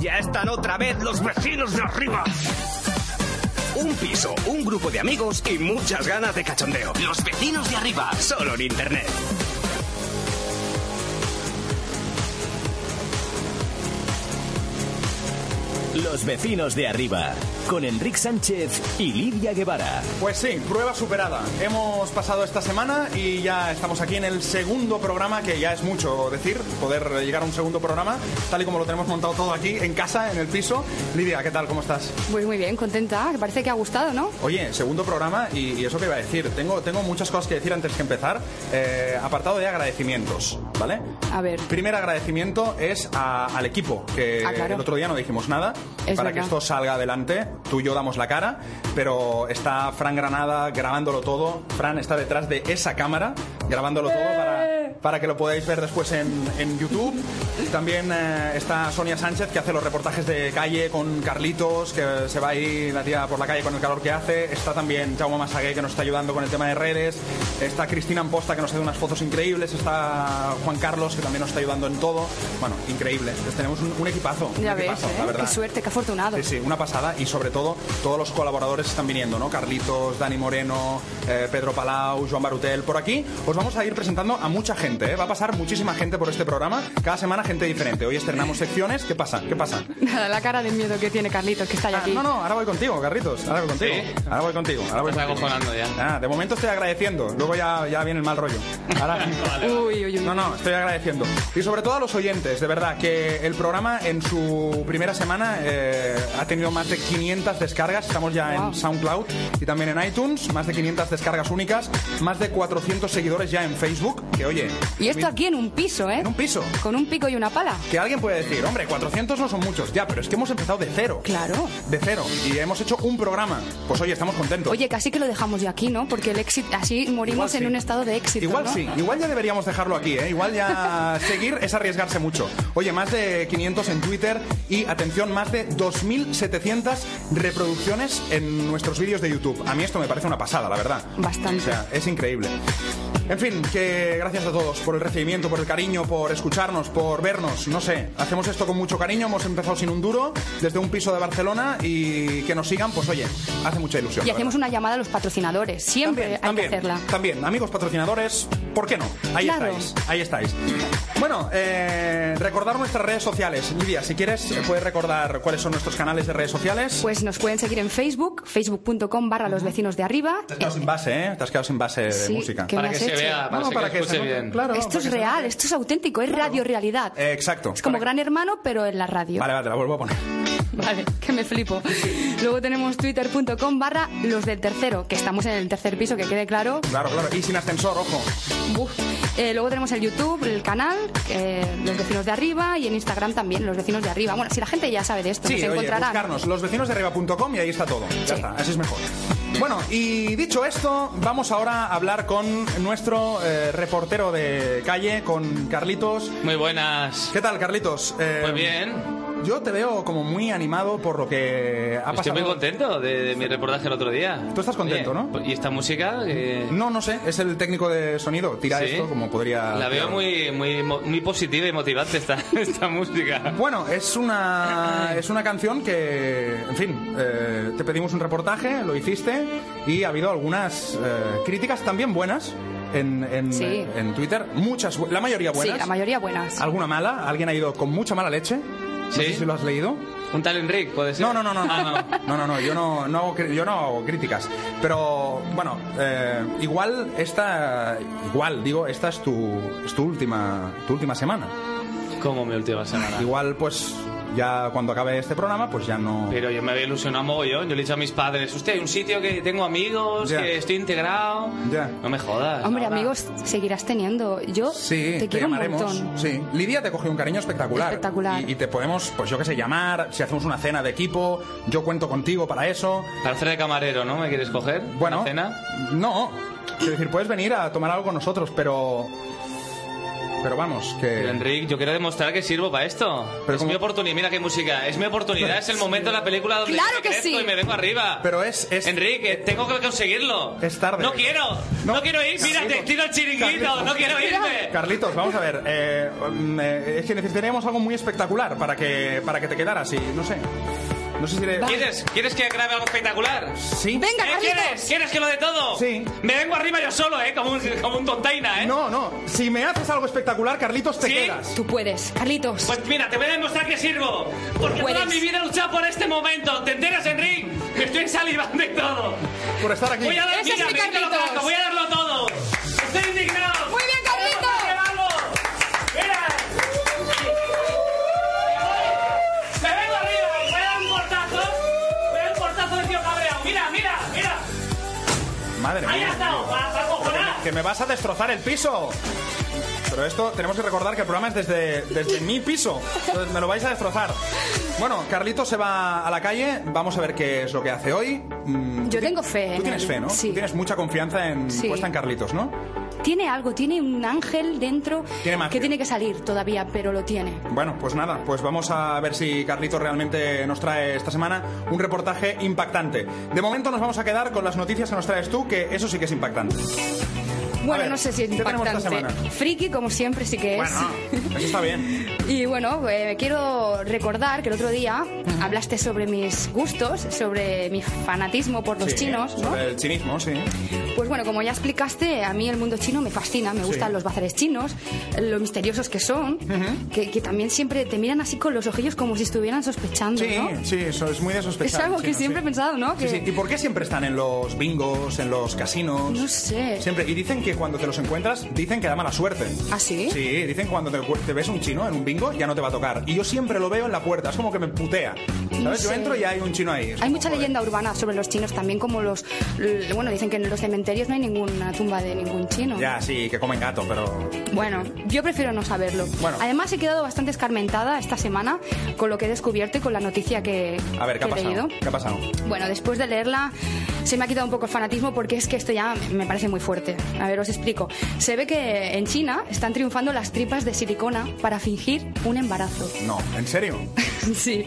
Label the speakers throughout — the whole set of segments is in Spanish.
Speaker 1: Ya están otra vez los vecinos de arriba. Un piso, un grupo de amigos y muchas ganas de cachondeo. Los vecinos de arriba, solo en internet.
Speaker 2: Los vecinos de arriba, con Enrique Sánchez y Lidia Guevara.
Speaker 3: Pues sí, prueba superada. Hemos pasado esta semana y ya estamos aquí en el segundo programa, que ya es mucho decir, poder llegar a un segundo programa, tal y como lo tenemos montado todo aquí en casa, en el piso. Lidia, ¿qué tal? ¿Cómo estás?
Speaker 4: Muy, Pues muy bien, contenta. Parece que ha gustado, ¿no?
Speaker 3: Oye, segundo programa y, y eso que iba a decir. Tengo, tengo muchas cosas que decir antes que empezar. Eh, apartado de agradecimientos, ¿vale?
Speaker 4: A ver.
Speaker 3: Primer agradecimiento es a- al equipo, que
Speaker 4: Ah, claro.
Speaker 3: el otro día no dijimos nada.
Speaker 4: Es
Speaker 3: para que
Speaker 4: verdad.
Speaker 3: esto salga adelante, tú y yo damos la cara, pero está Fran Granada grabándolo todo. Fran está detrás de esa cámara, grabándolo todo para,
Speaker 4: ¡Eh!
Speaker 3: para que lo podáis ver después en, en YouTube. También eh, está Sonia Sánchez, que hace los reportajes de calle con Carlitos, que se va ahí la tía por la calle con el calor que hace. Está también Jaume Masagué, que nos está ayudando con el tema de redes. Está Cristina Amposta, que nos hace unas fotos increíbles. Está Juan Carlos, que también nos está ayudando en todo. Bueno, increíble. Entonces, tenemos un, un equipazo.
Speaker 4: Ya
Speaker 3: un
Speaker 4: ves,
Speaker 3: equipazo,
Speaker 4: ¿eh?
Speaker 3: la verdad.
Speaker 4: Qué suerte, qué afortunado.
Speaker 3: Sí, sí, una pasada y sobre todo todos los colaboradores están viniendo, ¿no? Carlitos, Dani Moreno, eh, Pedro Palau, Joan Barutel. Por aquí os vamos a ir presentando a mucha gente, ¿eh? Va a pasar muchísima gente por este programa. Cada semana gente diferente. Hoy estrenamos secciones. ¿Qué pasa? ¿Qué pasa?
Speaker 4: Nada, la cara de miedo que tiene Carlitos, que está ahí
Speaker 3: Ah,
Speaker 4: aquí.
Speaker 3: no, no, ahora voy contigo, Carlitos. Ahora voy contigo.
Speaker 5: ¿Sí?
Speaker 3: Ahora voy contigo. Ahora voy
Speaker 5: Me está
Speaker 3: contigo.
Speaker 5: acojonando ya.
Speaker 3: Ah, de momento estoy agradeciendo. Luego ya, ya viene el mal rollo. Ahora...
Speaker 4: Uy, uy, uy.
Speaker 3: No, no, estoy agradeciendo. Y sobre todo a los oyentes, de verdad, que el programa en su primera semana eh, ha tenido más de 500 descargas. Estamos ya en
Speaker 4: Wow.
Speaker 3: SoundCloud y también en iTunes. Más de 500 descargas únicas. Más de 400 seguidores ya en Facebook. Que oye,
Speaker 4: Y esto aquí en un piso, ¿eh?
Speaker 3: en un piso.
Speaker 4: Con un pico y una pala.
Speaker 3: Que alguien puede decir, hombre, 400 no son muchos. Ya, pero es que hemos empezado de cero.
Speaker 4: Claro.
Speaker 3: De cero. Y hemos hecho un programa. Pues oye, estamos contentos.
Speaker 4: Oye, casi que lo dejamos ya aquí, ¿no? Porque el éxito, así morimos
Speaker 3: Igual
Speaker 4: en
Speaker 3: sí.
Speaker 4: un estado de éxito.
Speaker 3: Igual
Speaker 4: ¿no?
Speaker 3: sí, igual ya deberíamos dejarlo aquí, ¿eh? Igual ya seguir es arriesgarse mucho. Oye, más de 500 en Twitter y, atención, más de 2.700 reproducciones en nuestros vídeos de YouTube. A mí esto me parece una pasada, la verdad.
Speaker 4: Bastante.
Speaker 3: O sea, es increíble. En fin, que gracias a todos por el recibimiento, por el cariño, por escucharnos, por vernos. No sé, hacemos esto con mucho cariño, hemos empezado sin un duro, desde un piso de Barcelona y que nos sigan, pues oye, hace mucha ilusión.
Speaker 4: Y
Speaker 3: la verdad.
Speaker 4: hacemos una llamada a los patrocinadores. Siempre hay
Speaker 3: también,
Speaker 4: que hacerla.
Speaker 3: También, amigos patrocinadores, ¿por qué no? Ahí
Speaker 4: Claro.
Speaker 3: estáis, ahí estáis. Bueno, eh, recordar nuestras redes sociales. Lidia, si quieres, eh, puedes recordar cuáles son nuestros canales de redes sociales.
Speaker 4: Pues nos pueden seguir en Facebook, facebook.com barra los vecinos de arriba.
Speaker 3: te has quedado sin base, ¿eh? Te has quedado sin base de
Speaker 4: Sí,
Speaker 3: música.
Speaker 4: ¿qué me
Speaker 5: Para
Speaker 4: has
Speaker 5: que se
Speaker 4: hecho?
Speaker 5: vea, para,
Speaker 3: No, para que
Speaker 5: que, se
Speaker 3: se-
Speaker 5: escuche bien.
Speaker 3: claro. no,
Speaker 4: esto es
Speaker 3: porque se-
Speaker 4: real, esto es auténtico, es radio realidad.
Speaker 3: Eh, exacto.
Speaker 4: es como
Speaker 3: Para-
Speaker 4: Gran Hermano, pero en la radio.
Speaker 3: Vale, vale, te la vuelvo a poner.
Speaker 4: Vale, que me flipo. Luego tenemos twitter.com barra los del tercero, que estamos en el tercer piso, que quede claro.
Speaker 3: Claro, claro. Y sin ascensor, ojo.
Speaker 4: Buf. Eh, luego tenemos el YouTube, el canal, eh, los vecinos de arriba y en Instagram también, los vecinos de arriba. Bueno, si la gente ya sabe de esto,
Speaker 3: Sí,
Speaker 4: nos
Speaker 3: oye,
Speaker 4: encontrará.
Speaker 3: buscarnos losvecinosdearriba.com y ahí está todo. Ya
Speaker 4: Sí.
Speaker 3: está, así es mejor. Bueno, y dicho esto, vamos ahora a hablar con nuestro eh, reportero de calle, con Carlitos.
Speaker 5: Muy buenas.
Speaker 3: ¿Qué tal, Carlitos? Eh,
Speaker 5: Muy bien.
Speaker 3: Yo te veo como muy animado por lo que ha
Speaker 5: Estoy
Speaker 3: pasado.
Speaker 5: muy contento de, de mi reportaje el otro día.
Speaker 3: Tú estás contento, ¿no?
Speaker 5: Y esta música... eh,
Speaker 3: No, no sé, es el técnico de sonido. Tira
Speaker 5: sí.
Speaker 3: esto como podría.
Speaker 5: La veo muy, muy, mo- muy positiva y motivante esta, esta música.
Speaker 3: Bueno, es una, es una canción que, en fin, eh, te pedimos un reportaje, lo hiciste y ha habido algunas eh, críticas también buenas en, en,
Speaker 4: Sí.
Speaker 3: en Twitter, muchas, bu- la mayoría
Speaker 4: Sí,
Speaker 3: buenas. Ah,
Speaker 4: la mayoría buenas.
Speaker 3: ¿Alguna mala? ¿Alguien ha ido con mucha mala leche? No
Speaker 5: Sí.
Speaker 3: sé si lo has leído.
Speaker 5: Un tal Enric, puede ser.
Speaker 3: No, no, no, no,
Speaker 5: Ah,
Speaker 3: no, no, no, no, yo no, no hago, cri- yo no hago críticas. Pero bueno, eh, igual esta, igual digo, esta es tu, es tu última, tu última semana.
Speaker 5: Como mi última semana.
Speaker 3: Igual pues ya cuando acabe este programa pues ya no.
Speaker 5: Pero yo me había ilusionado mogollón. Yo le he dicho a mis padres, usted, hay un sitio que tengo amigos,
Speaker 3: Ya.
Speaker 5: que estoy integrado.
Speaker 3: Ya.
Speaker 5: No me jodas.
Speaker 4: Hombre,
Speaker 5: ahora.
Speaker 4: amigos, seguirás teniendo. Yo
Speaker 3: Sí,
Speaker 4: te, quiero un
Speaker 3: llamaremos.
Speaker 4: montón.
Speaker 3: Sí. Lidia te cogió un cariño espectacular.
Speaker 4: Espectacular.
Speaker 3: Y, y te podemos, pues yo qué sé, llamar, si hacemos una cena de equipo, yo cuento contigo para eso.
Speaker 5: Para hacer de camarero, ¿no? ¿Me quieres coger?
Speaker 3: Bueno,
Speaker 5: ¿Una cena?
Speaker 3: no. Quiero decir, puedes venir a tomar algo con nosotros, pero. Pero vamos,
Speaker 5: Pero,
Speaker 3: que.
Speaker 5: Enric, yo quiero demostrar que sirvo para esto. es
Speaker 3: ¿cómo?
Speaker 5: mi oportunidad. Mira qué música. Es mi oportunidad. Es el momento de la película donde
Speaker 4: ¡Claro
Speaker 5: yo
Speaker 4: que
Speaker 5: crezco
Speaker 4: sí!
Speaker 5: y me vengo arriba.
Speaker 3: Pero es. es eh,
Speaker 5: Enrique, tengo que conseguirlo.
Speaker 3: Es tarde.
Speaker 5: No quiero. No,
Speaker 3: No.
Speaker 5: quiero ir. Mira, te tiro el chiringuito. No quiero irme.
Speaker 3: Carlitos, vamos a ver. eh, mm, eh, es que necesitaríamos algo muy espectacular para que, para que te quedaras y no sé. No sé si le.
Speaker 5: ¿Quieres? ¿Quieres que grabe algo espectacular?
Speaker 3: Sí.
Speaker 4: Venga,
Speaker 5: ¿Eh,
Speaker 4: Carlitos.
Speaker 5: ¿Quieres? ¿Quieres que lo de todo?
Speaker 3: Sí.
Speaker 5: Me vengo arriba yo solo, ¿eh? Como un, como un tontaina, ¿eh?
Speaker 3: No, no. Si me haces algo espectacular, Carlitos, te
Speaker 5: ¿Sí?
Speaker 3: quedas.
Speaker 4: Tú puedes, Carlitos.
Speaker 5: Pues mira, te voy a demostrar que sirvo. Porque
Speaker 4: Puedes.
Speaker 5: toda mi vida he luchado por este momento. ¿Te enteras, Enrique? Me estoy salivando y todo.
Speaker 3: Por estar aquí.
Speaker 5: Voy a dar,
Speaker 4: Ese es
Speaker 5: mira,
Speaker 4: mi
Speaker 5: me quito lo
Speaker 4: Carlitos.
Speaker 5: blanco, voy a darlo todo. Estoy indignado.
Speaker 4: Muy bien, Carlitos.
Speaker 5: Vamos a llevarlo. Mira. Me vengo arriba, voy a dar un portazo. Voy a dar un portazo de tío cabreado. Mira, mira, mira. Ahí
Speaker 3: Madre
Speaker 5: ha
Speaker 3: mía.
Speaker 5: estado, para pa cojonar.
Speaker 3: Que me vas a destrozar el piso. Pero esto tenemos que recordar que el programa es desde, desde mi piso. Entonces me lo vais a destrozar. Bueno, Carlitos se va a la calle. Vamos a ver qué es lo que hace hoy. Mm,
Speaker 4: Yo
Speaker 3: tú ti-
Speaker 4: tengo fe en
Speaker 3: Tú tienes
Speaker 4: él.
Speaker 3: fe, ¿no?
Speaker 4: Sí.
Speaker 3: Tú tienes mucha confianza en
Speaker 4: Sí.
Speaker 3: puesta en Carlitos, ¿no?
Speaker 4: Tiene algo, tiene un ángel dentro
Speaker 3: Tiene magia.
Speaker 4: que tiene que salir todavía, pero lo tiene.
Speaker 3: Bueno, pues nada, pues vamos a ver si Carlitos realmente nos trae esta semana un reportaje impactante. De momento nos vamos a quedar con las noticias que nos traes tú, que eso sí que es impactante.
Speaker 4: Bueno,
Speaker 3: ver,
Speaker 4: no sé si es
Speaker 3: ¿qué tenemos esta
Speaker 4: impactante.
Speaker 3: semana?
Speaker 4: Friki, como siempre, sí que es.
Speaker 3: Bueno, eso está bien.
Speaker 4: Y bueno, eh, quiero recordar que el otro día hablaste sobre mis gustos, sobre mi fanatismo por los
Speaker 3: Sí,
Speaker 4: chinos, ¿no?
Speaker 3: sobre El chinismo, sí.
Speaker 4: Pues bueno, como ya explicaste, a mí el mundo chino me fascina, me gustan los bazares chinos, lo misteriosos que son, que, que también siempre te miran así con los ojillos como si estuvieran sospechando,
Speaker 3: Sí,
Speaker 4: ¿no?
Speaker 3: sí, eso es muy de sospechar.
Speaker 4: Es algo que
Speaker 3: chino,
Speaker 4: siempre
Speaker 3: sí.
Speaker 4: he pensado, ¿no?
Speaker 3: Sí,
Speaker 4: Que-
Speaker 3: sí. ¿Y por qué siempre están en los bingos, en los casinos?
Speaker 4: No sé.
Speaker 3: Siempre. Y dicen que cuando te los encuentras, dicen que da mala suerte.
Speaker 4: ¿Ah, sí?
Speaker 3: Sí, dicen que cuando te, te ves un chino en un bingo, ya no te va a tocar. Y yo siempre lo veo en la puerta, es como que me putea. ¿Sabes?
Speaker 4: No
Speaker 3: Yo
Speaker 4: sé.
Speaker 3: entro y hay un chino ahí. Es
Speaker 4: Hay
Speaker 3: como,
Speaker 4: mucha
Speaker 3: joder.
Speaker 4: leyenda urbana sobre los chinos también, como los... l- Bueno, dicen que en los cementerios no hay ninguna tumba de ningún chino.
Speaker 3: Ya, sí, que comen gato, pero.
Speaker 4: Bueno, yo prefiero no saberlo.
Speaker 3: Bueno.
Speaker 4: Además, he quedado bastante escarmentada esta semana con lo que he descubierto y con la noticia que,
Speaker 3: A ver, ¿qué ha
Speaker 4: que he
Speaker 3: pasado?
Speaker 4: leído.
Speaker 3: ¿Qué ha pasado?
Speaker 4: Bueno, después de leerla se me ha quitado un poco el fanatismo porque es que esto ya me parece muy fuerte. A ver, os explico. Se ve que en China están triunfando las tripas de silicona para fingir un embarazo.
Speaker 3: No, ¿en serio?
Speaker 4: sí.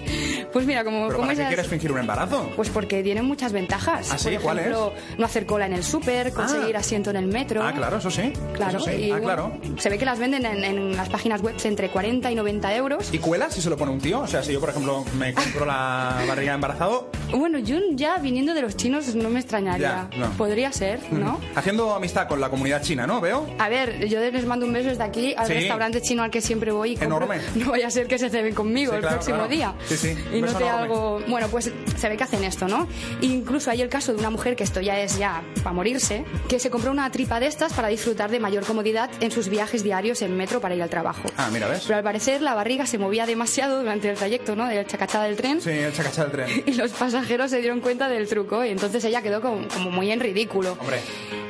Speaker 4: Pues mira, como...
Speaker 3: ¿Pero
Speaker 4: como
Speaker 3: para qué
Speaker 4: esas-
Speaker 3: quieres fingir un embarazo?
Speaker 4: Pues porque tienen muchas ventajas.
Speaker 3: ¿Ah, sí?
Speaker 4: Por
Speaker 3: ¿Cuál es?
Speaker 4: ejemplo, no hacer cola en el súper, conseguir
Speaker 3: Ah.
Speaker 4: asiento en el metro.
Speaker 3: Ah, claro, eso sí.
Speaker 4: Claro,
Speaker 3: Eso sí.
Speaker 4: y
Speaker 3: ah,
Speaker 4: bueno,
Speaker 3: claro.
Speaker 4: se ve que las venden en, en las páginas web entre 40 y 90 euros.
Speaker 3: ¿Y cuela si se lo pone un tío? O sea, si yo, por ejemplo, me compro la barriga de embarazado,
Speaker 4: Bueno, yo ya viniendo de los chinos no me extrañaría.
Speaker 3: Ya, no.
Speaker 4: Podría ser, ¿no?
Speaker 3: haciendo amistad con la comunidad china, ¿no? Veo.
Speaker 4: A ver, yo les mando un beso desde aquí al
Speaker 3: Sí.
Speaker 4: restaurante chino al que siempre voy. Y compro.
Speaker 3: Enorme.
Speaker 4: No vaya a ser que se ceben conmigo
Speaker 3: Sí,
Speaker 4: el
Speaker 3: claro,
Speaker 4: próximo
Speaker 3: claro.
Speaker 4: día.
Speaker 3: Sí, sí, un
Speaker 4: Y no
Speaker 3: beso
Speaker 4: te
Speaker 3: enorme.
Speaker 4: hago. Bueno, pues se ve que hacen esto, ¿no? Incluso hay el caso de una mujer que esto ya es ya para morirse, que se compró una tripa de estas para disfrutar de mayor comodidad en sus viajes diarios en metro para ir al trabajo.
Speaker 3: Ah, mira, ¿ves?
Speaker 4: Pero al parecer la barriga se movía demasiado durante el trayecto, ¿no? Del chacachá del tren.
Speaker 3: Sí, el chacachá del tren.
Speaker 4: Y los pasajeros se dieron cuenta del truco y entonces ella quedó como, como muy en ridículo.
Speaker 3: Hombre.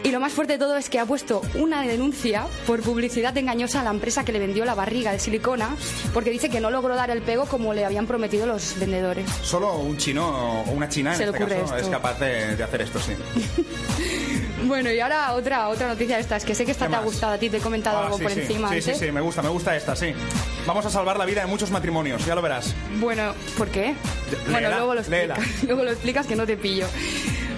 Speaker 4: Y lo más fuerte de todo es que ha puesto una denuncia por publicidad engañosa a la empresa que le vendió la barriga de silicona porque dice que no logró dar el pego como le habían prometido los vendedores.
Speaker 3: Solo un chino o una china en
Speaker 4: Se le
Speaker 3: este
Speaker 4: ocurre
Speaker 3: caso
Speaker 4: esto.
Speaker 3: es capaz de, de hacer esto, sí.
Speaker 4: Bueno, y ahora otra, otra noticia de estas, que sé que esta
Speaker 3: ¿Qué
Speaker 4: te ha
Speaker 3: más?
Speaker 4: gustado a ti, te he comentado
Speaker 3: Ah,
Speaker 4: algo
Speaker 3: sí,
Speaker 4: por
Speaker 3: sí.
Speaker 4: encima
Speaker 3: Sí, sí,
Speaker 4: antes.
Speaker 3: sí, me gusta, me gusta esta, sí. Vamos a salvar la vida de muchos matrimonios, ya lo verás.
Speaker 4: Bueno, ¿por qué? bueno,
Speaker 3: léela,
Speaker 4: luego lo,
Speaker 3: léela.
Speaker 4: explicas, luego lo explicas que no te pillo.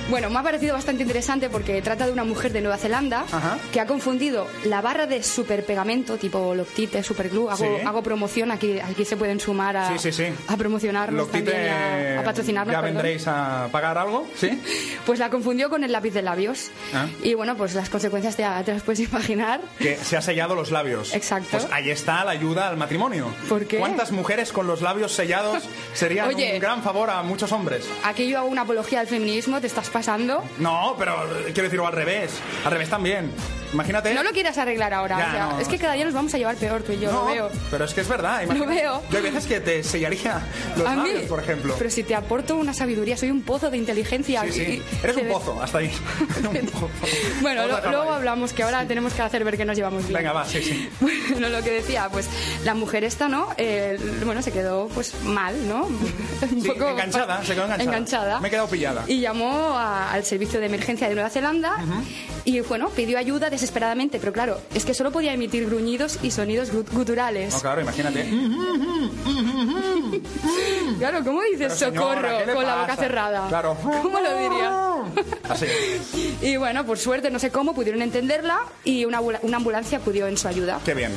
Speaker 4: Bueno, me ha parecido bastante interesante porque trata de una mujer de Nueva Zelanda
Speaker 3: Ajá.
Speaker 4: que ha confundido la barra de superpegamento, tipo Loctite, Superglue, hago,
Speaker 3: Sí.
Speaker 4: hago promoción, aquí, aquí se pueden sumar a,
Speaker 3: Sí, sí, sí.
Speaker 4: a promocionarnos
Speaker 3: Loctite,
Speaker 4: también, y a, a patrocinarnos.
Speaker 3: Ya
Speaker 4: perdón.
Speaker 3: vendréis a pagar algo, ¿sí?
Speaker 4: Pues la confundió con el lápiz de labios.
Speaker 3: Ah.
Speaker 4: Y bueno, pues las consecuencias te, te las puedes imaginar.
Speaker 3: Que se ha sellado los labios.
Speaker 4: Exacto.
Speaker 3: Pues ahí está la ayuda al matrimonio.
Speaker 4: ¿Por qué?
Speaker 3: ¿Cuántas mujeres con los labios sellados serían
Speaker 4: Oye.
Speaker 3: un gran favor a muchos hombres?
Speaker 4: Aquí yo hago una apología del feminismo, te estás pasando.
Speaker 3: No, pero eh, quiero decirlo al revés. Al revés también. Imagínate.
Speaker 4: No lo quieras arreglar ahora.
Speaker 3: Ya,
Speaker 4: o sea,
Speaker 3: no.
Speaker 4: Es que cada día nos vamos a llevar peor tú y yo,
Speaker 3: No,
Speaker 4: lo veo.
Speaker 3: Pero es que es verdad.
Speaker 4: veo.
Speaker 3: Yo hay veces que te sellaría los
Speaker 4: a
Speaker 3: labios,
Speaker 4: mí,
Speaker 3: por ejemplo.
Speaker 4: Pero si te aporto una sabiduría, soy un pozo de inteligencia.
Speaker 3: Sí,
Speaker 4: y-
Speaker 3: sí.
Speaker 4: y-
Speaker 3: Eres
Speaker 4: se
Speaker 3: un
Speaker 4: ve-
Speaker 3: pozo, hasta ahí. Eres un pozo.
Speaker 4: Bueno,
Speaker 3: Vamos
Speaker 4: lo-
Speaker 3: a dejarlo
Speaker 4: luego
Speaker 3: ahí.
Speaker 4: hablamos que ahora tenemos que hacer ver que nos llevamos bien.
Speaker 3: Venga, va, sí, sí.
Speaker 4: Bueno, lo que decía, pues la mujer esta, ¿no? Eh, bueno, se quedó pues mal, ¿no? Un
Speaker 3: Sí, enganchada, se quedó enganchada.
Speaker 4: enganchada.
Speaker 3: Me he quedado pillada.
Speaker 4: Y llamó a- al servicio de emergencia de Nueva Zelanda Y bueno, pidió ayuda desesperadamente, pero claro, es que solo podía emitir gruñidos y sonidos gut- guturales.
Speaker 3: No, claro, imagínate.
Speaker 4: Claro, ¿cómo dices
Speaker 3: Pero, señora,
Speaker 4: socorro
Speaker 3: ¿qué le
Speaker 4: con la boca
Speaker 3: pasa?
Speaker 4: cerrada?
Speaker 3: Claro.
Speaker 4: ¿Cómo lo diría?
Speaker 3: Así.
Speaker 4: Y bueno, por suerte, no sé cómo, pudieron entenderla y una, ambula- una ambulancia acudió en su ayuda.
Speaker 3: Qué bien.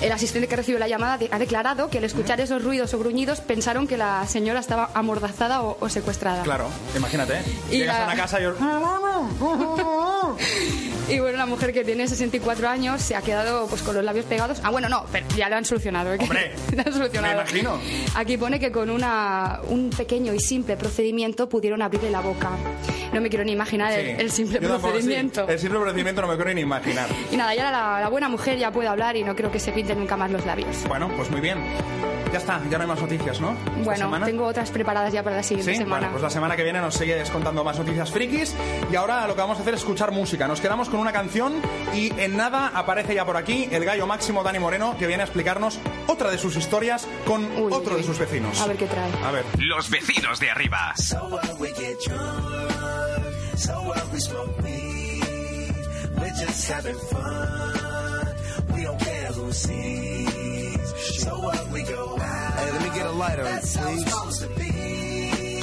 Speaker 4: El asistente que recibió la llamada de- ha declarado que al escuchar esos ruidos o gruñidos pensaron que la señora estaba amordazada o, o secuestrada.
Speaker 3: Claro, imagínate.
Speaker 4: Y
Speaker 3: Llegas
Speaker 4: la-
Speaker 3: a una casa y...
Speaker 4: Y bueno, la mujer que tiene 64 años se ha quedado pues con los labios pegados. Ah, bueno, no, pero ya lo han solucionado. ¿eh?
Speaker 3: Hombre,
Speaker 4: lo han solucionado.
Speaker 3: me imagino.
Speaker 4: Aquí pone que con una, un pequeño y simple procedimiento pudieron abrirle la boca. No me quiero ni imaginar el-
Speaker 3: Sí.
Speaker 4: el, simple
Speaker 3: Yo tampoco, sí.
Speaker 4: procedimiento.
Speaker 3: El simple procedimiento no me quiero ni imaginar.
Speaker 4: Y nada, ya la, la buena mujer ya puede hablar y no creo que se pinte nunca más los labios.
Speaker 3: Bueno, pues muy bien. Ya está, ya no hay más noticias, ¿no? Esta
Speaker 4: Bueno,
Speaker 3: semana.
Speaker 4: tengo otras preparadas ya para la siguiente
Speaker 3: Sí,
Speaker 4: semana.
Speaker 3: Bueno, pues la semana que viene nos sigues contando más noticias frikis y ahora lo que vamos a hacer es escuchar música. Nos quedamos con una canción y en nada aparece ya por aquí el gallo máximo Dani Moreno que viene a explicarnos otra de sus historias con
Speaker 4: Uy,
Speaker 3: otro
Speaker 4: uy,
Speaker 3: de sus vecinos.
Speaker 4: a ver qué trae.
Speaker 3: A ver.
Speaker 1: Los vecinos de arriba.
Speaker 6: So what we get drunk, so what we smoke weed. We're just having fun. We don't care who sees. So what we go out.
Speaker 7: Hey, let me get a lighter,
Speaker 6: That's how it's
Speaker 7: please.
Speaker 6: supposed to be.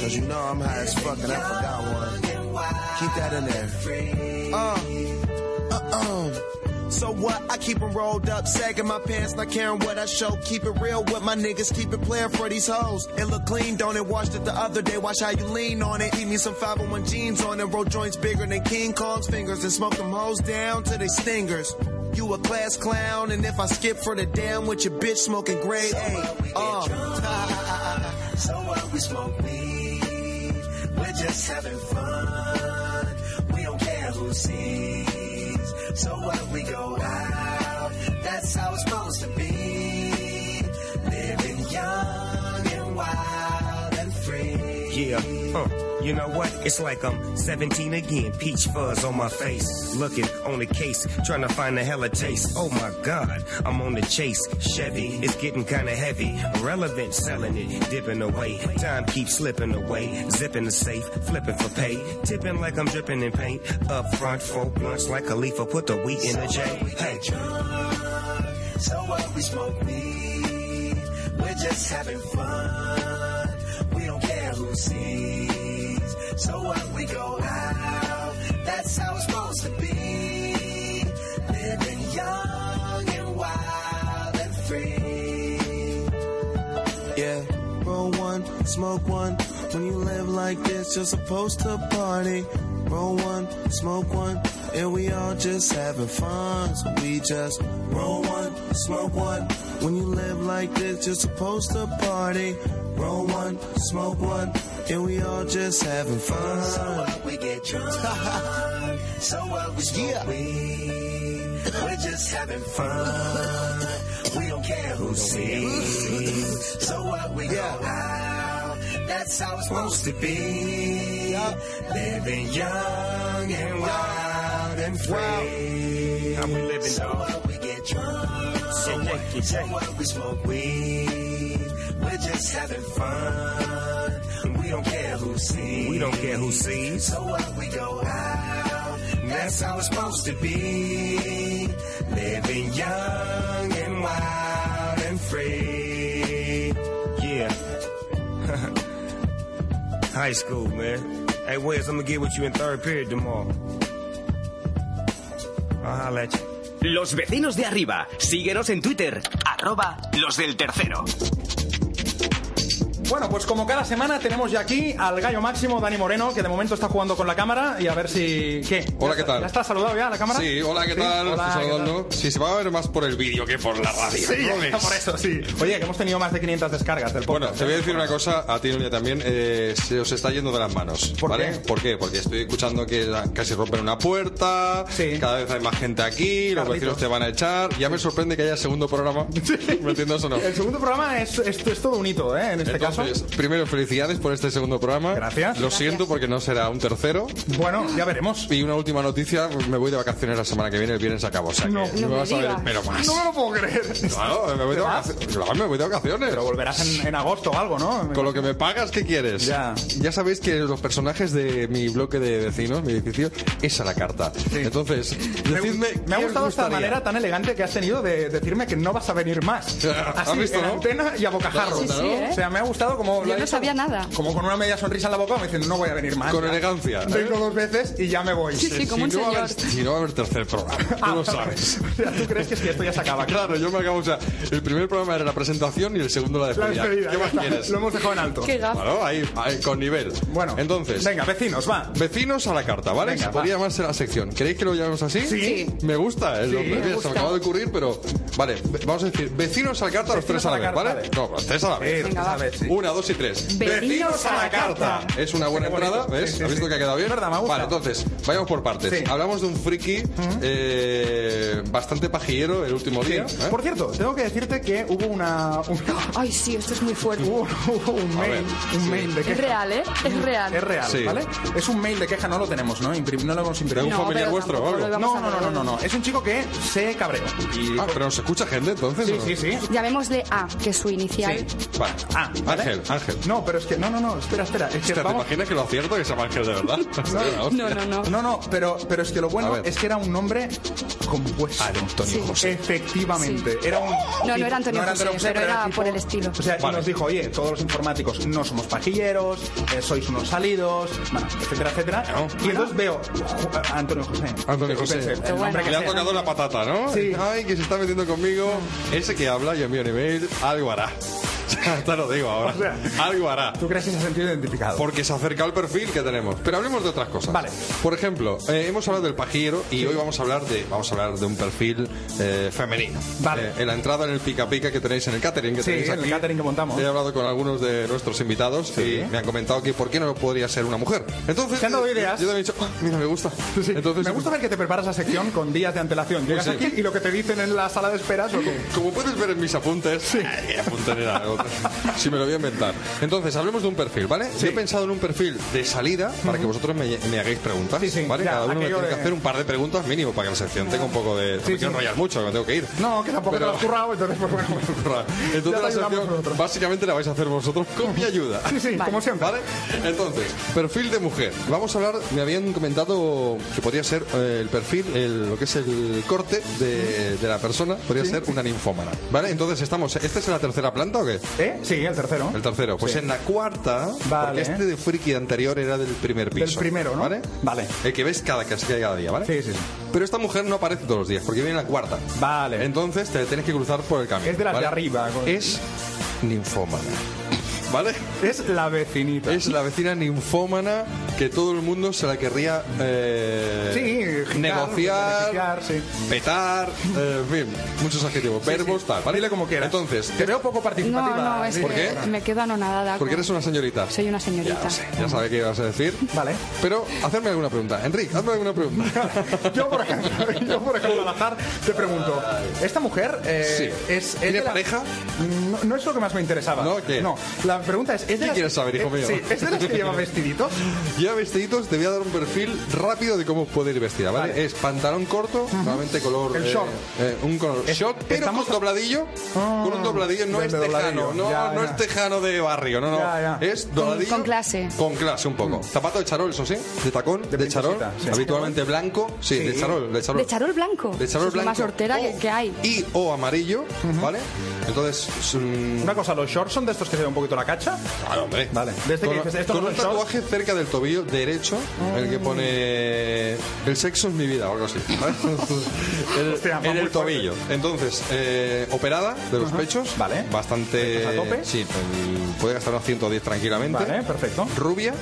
Speaker 7: Cause you know I'm high as fuck and I forgot one. Keep that in there. Uh, uh-uh. So what? I keep 'em rolled up, sagging my pants, not caring what I show. Keep it real with my niggas, keep it playing for these hoes. It look clean, don't it? Washed it the other day, watch how you lean on it. Eat me some 501 jeans on and roll joints bigger than King Kong's fingers, and smoke them hoes down to they stingers. You a class clown, and if I skip for the damn with your bitch smoking grade A, uh.
Speaker 6: So what we smoke weed. We're just having fun. We don't care who sees. So what we go out. That's how it's supposed to be. Living young and wild and free.
Speaker 8: Yeah. Huh. You know what? It's like I'm 17 again. Peach fuzz on my face. Looking on the case, trying to find a hella taste. Oh my God, I'm on the chase. Chevy, it's getting kinda heavy. Relevant, selling it, dipping away. Time keeps slipping away. Zipping the safe, flipping for pay. Tipping like I'm dripping in paint. Up front, four blunts like Khalifa. Put the wheat in the J. Hey,
Speaker 6: So what we smoke weed. We're just having fun. We don't care who sees. So what we go out. That's how it's supposed to be. Living young and wild and free.
Speaker 7: Yeah, roll one, smoke one. When you live like this, you're supposed to party. Roll one, smoke one, and we all just having fun. So we just roll one, smoke one. When you live like this, you're supposed to party. Roll one, smoke one, and we all just having fun.
Speaker 6: So what we get drunk. so what we smoke
Speaker 7: Yeah.
Speaker 6: weed. We're just having fun. We don't care who sees. So what we go out. That's how it's supposed to be. Living young and wild and free.
Speaker 8: how we living,
Speaker 6: So
Speaker 8: dog?
Speaker 6: what we get drunk.
Speaker 8: So what? You
Speaker 6: So
Speaker 8: take.
Speaker 6: what we smoke weed. We're just having fun. We don't care who sees.
Speaker 8: We don't care who sees.
Speaker 6: So what we go out, that's how it's supposed to be. Living young and wild and free.
Speaker 8: Yeah. High school, man. Hey, Wes, I'm gonna get with you in third period tomorrow. I'll
Speaker 3: Ah,
Speaker 8: holler at you.
Speaker 1: Los vecinos de arriba. Síguenos en Twitter. Arroba los del tercero.
Speaker 3: Bueno, pues como cada semana tenemos ya aquí al gallo máximo Dani Moreno que de momento está jugando con la cámara y a ver si... ¿Qué?
Speaker 9: Hola,
Speaker 3: ¿Ya
Speaker 9: ¿qué
Speaker 3: está-
Speaker 9: tal?
Speaker 3: ¿Ya está saludado ya la cámara?
Speaker 9: Sí, hola, ¿qué
Speaker 3: Sí,
Speaker 9: tal?
Speaker 3: hola,
Speaker 9: Estoy
Speaker 3: ¿qué
Speaker 9: saludando.
Speaker 3: tal?
Speaker 9: Sí, se va a ver más por el vídeo que por la radio.
Speaker 3: Sí,
Speaker 9: ¿no
Speaker 3: ya está
Speaker 9: ves?
Speaker 3: por eso, sí. Oye, que hemos tenido más de 500 descargas del podcast.
Speaker 9: Bueno, te voy a
Speaker 3: ¿eh?
Speaker 9: decir una cosa a ti, Nuria, también. eh, se os está yendo de las manos.
Speaker 3: ¿Por
Speaker 9: ¿vale?
Speaker 3: qué?
Speaker 9: ¿Por qué? Porque estoy escuchando que casi rompen una puerta,
Speaker 3: Sí.
Speaker 9: cada vez hay más gente aquí, los
Speaker 3: Carlitos.
Speaker 9: vecinos te van a echar. Ya me sorprende que haya segundo programa. ¿Me entiendes o no?
Speaker 3: El segundo programa es, es, es todo un hito, ¿eh? En este
Speaker 9: Entonces,
Speaker 3: caso.
Speaker 9: Pues, primero, felicidades por este segundo programa.
Speaker 3: Gracias.
Speaker 9: Lo siento porque no será un tercero.
Speaker 3: Bueno, ya veremos.
Speaker 9: Y una última noticia, me voy de vacaciones la semana que viene, el viernes acabo. O sea, que
Speaker 3: No.
Speaker 9: me
Speaker 4: No me
Speaker 9: vas a ver,
Speaker 4: digas.
Speaker 9: pero más.
Speaker 3: No me lo puedo creer.
Speaker 9: Claro, me voy, de
Speaker 3: ¿Te vas?
Speaker 9: vacaciones. Claro, me voy de vacaciones.
Speaker 3: Pero volverás en, en agosto o algo, ¿no?
Speaker 9: Con lo que me pagas, ¿qué quieres?
Speaker 3: Ya.
Speaker 9: sabéis que los personajes de mi bloque de vecinos, mi edificio, es a la carta. Entonces,
Speaker 3: Me,
Speaker 9: decidme.
Speaker 3: me ha
Speaker 9: qué os
Speaker 3: gustado esta
Speaker 9: gustaría.
Speaker 3: manera tan elegante que has tenido de decirme que no vas a venir más.
Speaker 9: ¿Has
Speaker 3: Así,
Speaker 9: visto,
Speaker 3: en
Speaker 9: no?
Speaker 3: antena y a bocajarro.
Speaker 9: Sí, sí,
Speaker 4: ¿eh?
Speaker 3: O sea, me ha gustado como... lo
Speaker 4: Yo no
Speaker 3: ha dicho,
Speaker 4: sabía nada.
Speaker 3: Como con una media sonrisa en la boca, me diciendo, no voy a venir más.
Speaker 9: Con
Speaker 3: Ya.
Speaker 9: elegancia, ¿eh?
Speaker 3: Vengo dos veces y ya me voy.
Speaker 4: Sí, sí, como un
Speaker 9: si, no va a
Speaker 4: señor.
Speaker 9: haber, si no va a haber tercer programa, tú lo sabes.
Speaker 3: Ah, O sea, ¿tú crees que es que esto ya se acaba?
Speaker 9: Claro, yo me acabo. O sea, el primer programa era la presentación y el segundo la
Speaker 3: La
Speaker 9: despedida.
Speaker 3: despedida.
Speaker 9: ¿Qué
Speaker 3: ya
Speaker 9: más
Speaker 3: está.
Speaker 9: quieres?
Speaker 3: Lo hemos dejado en alto.
Speaker 4: Qué gafa.
Speaker 9: Claro, ahí, ahí, con nivel.
Speaker 3: Bueno,
Speaker 9: entonces.
Speaker 3: Venga, vecinos, va.
Speaker 9: Vecinos a la carta, Ah, ¿vale?
Speaker 3: Venga,
Speaker 9: Se
Speaker 3: va.
Speaker 9: podría llamarse la sección. ¿Queréis que lo llamemos así?
Speaker 3: Sí.
Speaker 9: Me gusta el
Speaker 3: Sí,
Speaker 9: nombre.
Speaker 3: me
Speaker 9: Mira, Se me acaba de ocurrir, pero. Vale, ve- vamos a decir, vecinos a la carta, los
Speaker 3: Vecinos
Speaker 9: tres a la
Speaker 3: a
Speaker 9: vez,
Speaker 3: la
Speaker 9: ¿vale?
Speaker 3: carta,
Speaker 9: No, los tres a la vez.
Speaker 3: Eh,
Speaker 4: Venga,
Speaker 3: pues,
Speaker 4: va.
Speaker 3: a ver, sí.
Speaker 9: Una, dos y tres.
Speaker 4: Vecinos a la carta.
Speaker 9: Es una buena
Speaker 3: Qué bonito.
Speaker 9: entrada, ¿ves?
Speaker 3: Sí, sí,
Speaker 9: ¿Has visto
Speaker 3: sí.
Speaker 9: que ha quedado bien?
Speaker 3: Es verdad, me ha
Speaker 9: Vale,
Speaker 3: gustado.
Speaker 9: entonces, vayamos por partes.
Speaker 3: Sí.
Speaker 9: Hablamos de un friki eh, bastante pajillero el último día. ¿eh?
Speaker 3: Por cierto, tengo que decirte que hubo una... una-
Speaker 4: Ay, sí, esto es muy fuerte.
Speaker 3: hubo, hubo un
Speaker 9: A ver,
Speaker 3: mail, un mail de
Speaker 4: Es
Speaker 3: queja.
Speaker 4: real, ¿eh? Es real.
Speaker 3: Es real,
Speaker 9: Sí.
Speaker 3: ¿vale? Es un mail de queja, no lo tenemos, ¿no? Imprim- no lo hemos
Speaker 9: ¿De un
Speaker 3: imprimido.
Speaker 4: No,
Speaker 9: familiar
Speaker 4: pero
Speaker 9: vuestro o
Speaker 4: tampoco
Speaker 9: algo?
Speaker 4: lo
Speaker 3: No, no, no, no, no, no. Es un chico que se cabreó. Y-
Speaker 9: Ah, pero nos escucha gente entonces.
Speaker 3: Sí,
Speaker 9: ¿o no?
Speaker 3: sí, sí.
Speaker 4: Llamémosle A, que es su inicial.
Speaker 9: Vale.
Speaker 3: Ah, ¿vale?
Speaker 9: Ángel, Ángel.
Speaker 3: No, pero es que... No, no, no, espera, espera. Es que
Speaker 9: Hostia, ¿Te
Speaker 3: vamos...
Speaker 9: imaginas que lo acierto que se llama Ángel de verdad?
Speaker 4: No, no, no.
Speaker 3: No, no, pero, pero es que lo
Speaker 9: A
Speaker 3: bueno
Speaker 9: ver. Ah,
Speaker 3: es que era un nombre compuesto.
Speaker 9: Antonio
Speaker 4: Sí.
Speaker 9: José.
Speaker 3: Efectivamente. Era un
Speaker 4: No, no era Antonio José, pero era
Speaker 3: tipo-
Speaker 4: por el estilo.
Speaker 3: O sea, y
Speaker 9: Vale.
Speaker 3: nos dijo, oye, todos los informáticos no somos pajilleros, eh, sois unos salidos, bueno, etcétera, etcétera.
Speaker 9: Claro.
Speaker 3: Y entonces veo ju- a Antonio José.
Speaker 9: Antonio José.
Speaker 3: Pensé, el
Speaker 9: Qué
Speaker 3: nombre
Speaker 4: bueno.
Speaker 3: que
Speaker 9: Le ha
Speaker 3: sea.
Speaker 9: tocado la patata, ¿no?
Speaker 3: ¿eh? Sí.
Speaker 9: Ay, que se está metiendo conmigo. Ese que habla y envía un email, algo hará. Ya te lo digo ahora.
Speaker 3: O sea,
Speaker 9: algo hará.
Speaker 3: ¿Tú crees que se ha sentido identificado?
Speaker 9: Porque se acerca al perfil que tenemos. Pero hablemos de otras cosas.
Speaker 3: Vale.
Speaker 9: Por ejemplo, eh, hemos hablado del pajillero y hoy vamos a hablar de vamos a hablar de un perfil eh, femenino.
Speaker 3: Vale.
Speaker 9: Eh, en la entrada en el pica pica que tenéis en el catering que
Speaker 3: Sí,
Speaker 9: tenéis
Speaker 3: en el
Speaker 9: aquí, Eh,
Speaker 3: catering que montamos.
Speaker 9: He hablado con algunos de nuestros invitados y me han comentado que por qué no podría ser una mujer. Entonces,
Speaker 3: Te han dado
Speaker 9: eh,
Speaker 3: ideas.
Speaker 9: Yo te he dicho, "Ah, mira, me gusta.
Speaker 3: Sí,
Speaker 9: Entonces,
Speaker 3: me gusta ver que te preparas la sección con días de antelación. Llegas
Speaker 9: Pues sí.
Speaker 3: aquí y lo que te dicen en la sala de espera es lo que-
Speaker 9: Como puedes ver en mis apuntes, Ah, Ay, apuntaré algo. si me lo voy a inventar. Entonces, hablemos de un perfil, ¿vale? Yo he pensado en un perfil de salida para que vosotros me, me hagáis preguntas,
Speaker 3: Sí, sí,
Speaker 9: ¿vale?
Speaker 3: ya,
Speaker 9: Cada uno me
Speaker 3: aquello
Speaker 9: tiene que
Speaker 3: de-
Speaker 9: hacer un par de preguntas mínimo para que la sección tenga un poco de... No me
Speaker 3: sí.
Speaker 9: quiero enrollar mucho, que me tengo que ir.
Speaker 3: No, que tampoco
Speaker 9: Pero-
Speaker 3: te lo has currado, entonces pues bueno.
Speaker 9: Entonces
Speaker 3: Ya
Speaker 9: la
Speaker 3: te ayudamos
Speaker 9: sección
Speaker 3: nosotros.
Speaker 9: básicamente la vais a hacer vosotros con mi ayuda.
Speaker 3: Sí, sí, como siempre.
Speaker 9: ¿Vale? Entonces, perfil de mujer. Vamos a hablar, me habían comentado que podría ser eh, el perfil, el- lo que es el corte de, de la persona, podría ser una ninfómana. ¿Vale? Entonces estamos, ¿esta es la tercera planta o qué?
Speaker 3: ¿Eh? Sí, el tercero.
Speaker 9: El tercero. Pues
Speaker 3: Sí.
Speaker 9: en la cuarta, porque
Speaker 3: Vale.
Speaker 9: este de friki anterior era del primer piso.
Speaker 3: primero, ¿no?
Speaker 9: ¿Vale?
Speaker 3: Vale.
Speaker 9: El que ves cada, casi cada día, ¿vale?
Speaker 3: Sí, sí, sí.
Speaker 9: Pero esta mujer no aparece todos los días, porque viene en la cuarta.
Speaker 3: Vale.
Speaker 9: Entonces te tienes que cruzar por el camino.
Speaker 3: Es de las de
Speaker 9: ¿vale?
Speaker 3: arriba, con-
Speaker 9: Es ninfómana. ¿Vale?
Speaker 3: Es la vecinita.
Speaker 9: Es la vecina ninfómana que todo el mundo se la querría eh,
Speaker 3: Sí, girar,
Speaker 9: negociar,
Speaker 3: beneficiar, sí.
Speaker 9: petar, eh, en fin, muchos adjetivos, verbos, tal, ¿vale?
Speaker 3: Dile como quieras.
Speaker 9: Entonces,
Speaker 3: te veo poco
Speaker 4: No,
Speaker 3: participativa. ¿eh?
Speaker 4: no, es
Speaker 3: Sí.
Speaker 9: ¿Por
Speaker 4: que
Speaker 9: qué?
Speaker 4: me quedo anonadada.
Speaker 9: porque
Speaker 4: con-
Speaker 9: eres una señorita.
Speaker 4: Soy una señorita.
Speaker 9: Ya, lo sé, ya sabe qué ibas a decir.
Speaker 3: Vale.
Speaker 9: Pero hacerme alguna pregunta. Enrique, hazme alguna pregunta.
Speaker 3: Yo, por ejemplo, yo, por ejemplo, al azar, te pregunto, ¿esta mujer eh,
Speaker 9: Sí.
Speaker 3: es, es
Speaker 9: ¿Tiene
Speaker 3: de la-
Speaker 9: pareja?
Speaker 3: No, no es lo que más me interesaba.
Speaker 9: ¿No? ¿Qué?
Speaker 3: la pregunta es, ¿es de las-
Speaker 9: quieres saber, hijo
Speaker 3: eh,
Speaker 9: mío?
Speaker 3: Sí, ¿es de las que lleva vestiditos?
Speaker 9: Ya vestiditos, te voy a dar un perfil rápido de cómo puede ir vestida, ¿vale?
Speaker 3: Vale.
Speaker 9: Es pantalón corto, normalmente color...
Speaker 3: El short.
Speaker 9: eh, un color
Speaker 3: Es-
Speaker 9: short, pero
Speaker 3: estamos-
Speaker 9: con dobladillo. con un dobladillo, no
Speaker 3: de
Speaker 9: es tejano.
Speaker 3: dobladillo,
Speaker 9: No,
Speaker 3: ya,
Speaker 9: no
Speaker 3: ya.
Speaker 9: es tejano de barrio, no, no.
Speaker 3: Ya, ya.
Speaker 9: Es dobladillo...
Speaker 4: con clase.
Speaker 9: Con clase, un poco. Zapato de charol, eso sí. De tacón, de, charol.
Speaker 3: Mm. princesita, sí.
Speaker 9: Habitualmente blanco. Sí, de charol, de charol.
Speaker 4: De charol blanco.
Speaker 9: De charol
Speaker 4: Eso es lo
Speaker 9: blanco.
Speaker 4: más hortera que-
Speaker 9: o-
Speaker 4: que hay.
Speaker 9: Y o amarillo, ¿vale? Entonces... es un-
Speaker 3: Una cosa, ¿los shorts son de estos que se ve un poquito la cacha?
Speaker 9: Claro, hombre.
Speaker 3: Vale. De este que
Speaker 9: con
Speaker 3: dices, esto
Speaker 9: con
Speaker 3: no Ah.
Speaker 9: un
Speaker 3: son shorts.
Speaker 9: tatuaje cerca del tobillo derecho, el que pone el sexo es mi vida o algo así. ¿vale? El-
Speaker 3: Hostia, va
Speaker 9: en el
Speaker 3: muy fuerte.
Speaker 9: tobillo. Entonces, eh, operada de los pechos.
Speaker 3: Vale.
Speaker 9: Bastante.
Speaker 3: Pechos a tope.
Speaker 9: Sí, mm, puede gastar unos 110 tranquilamente.
Speaker 3: Vale, perfecto.
Speaker 9: Rubia.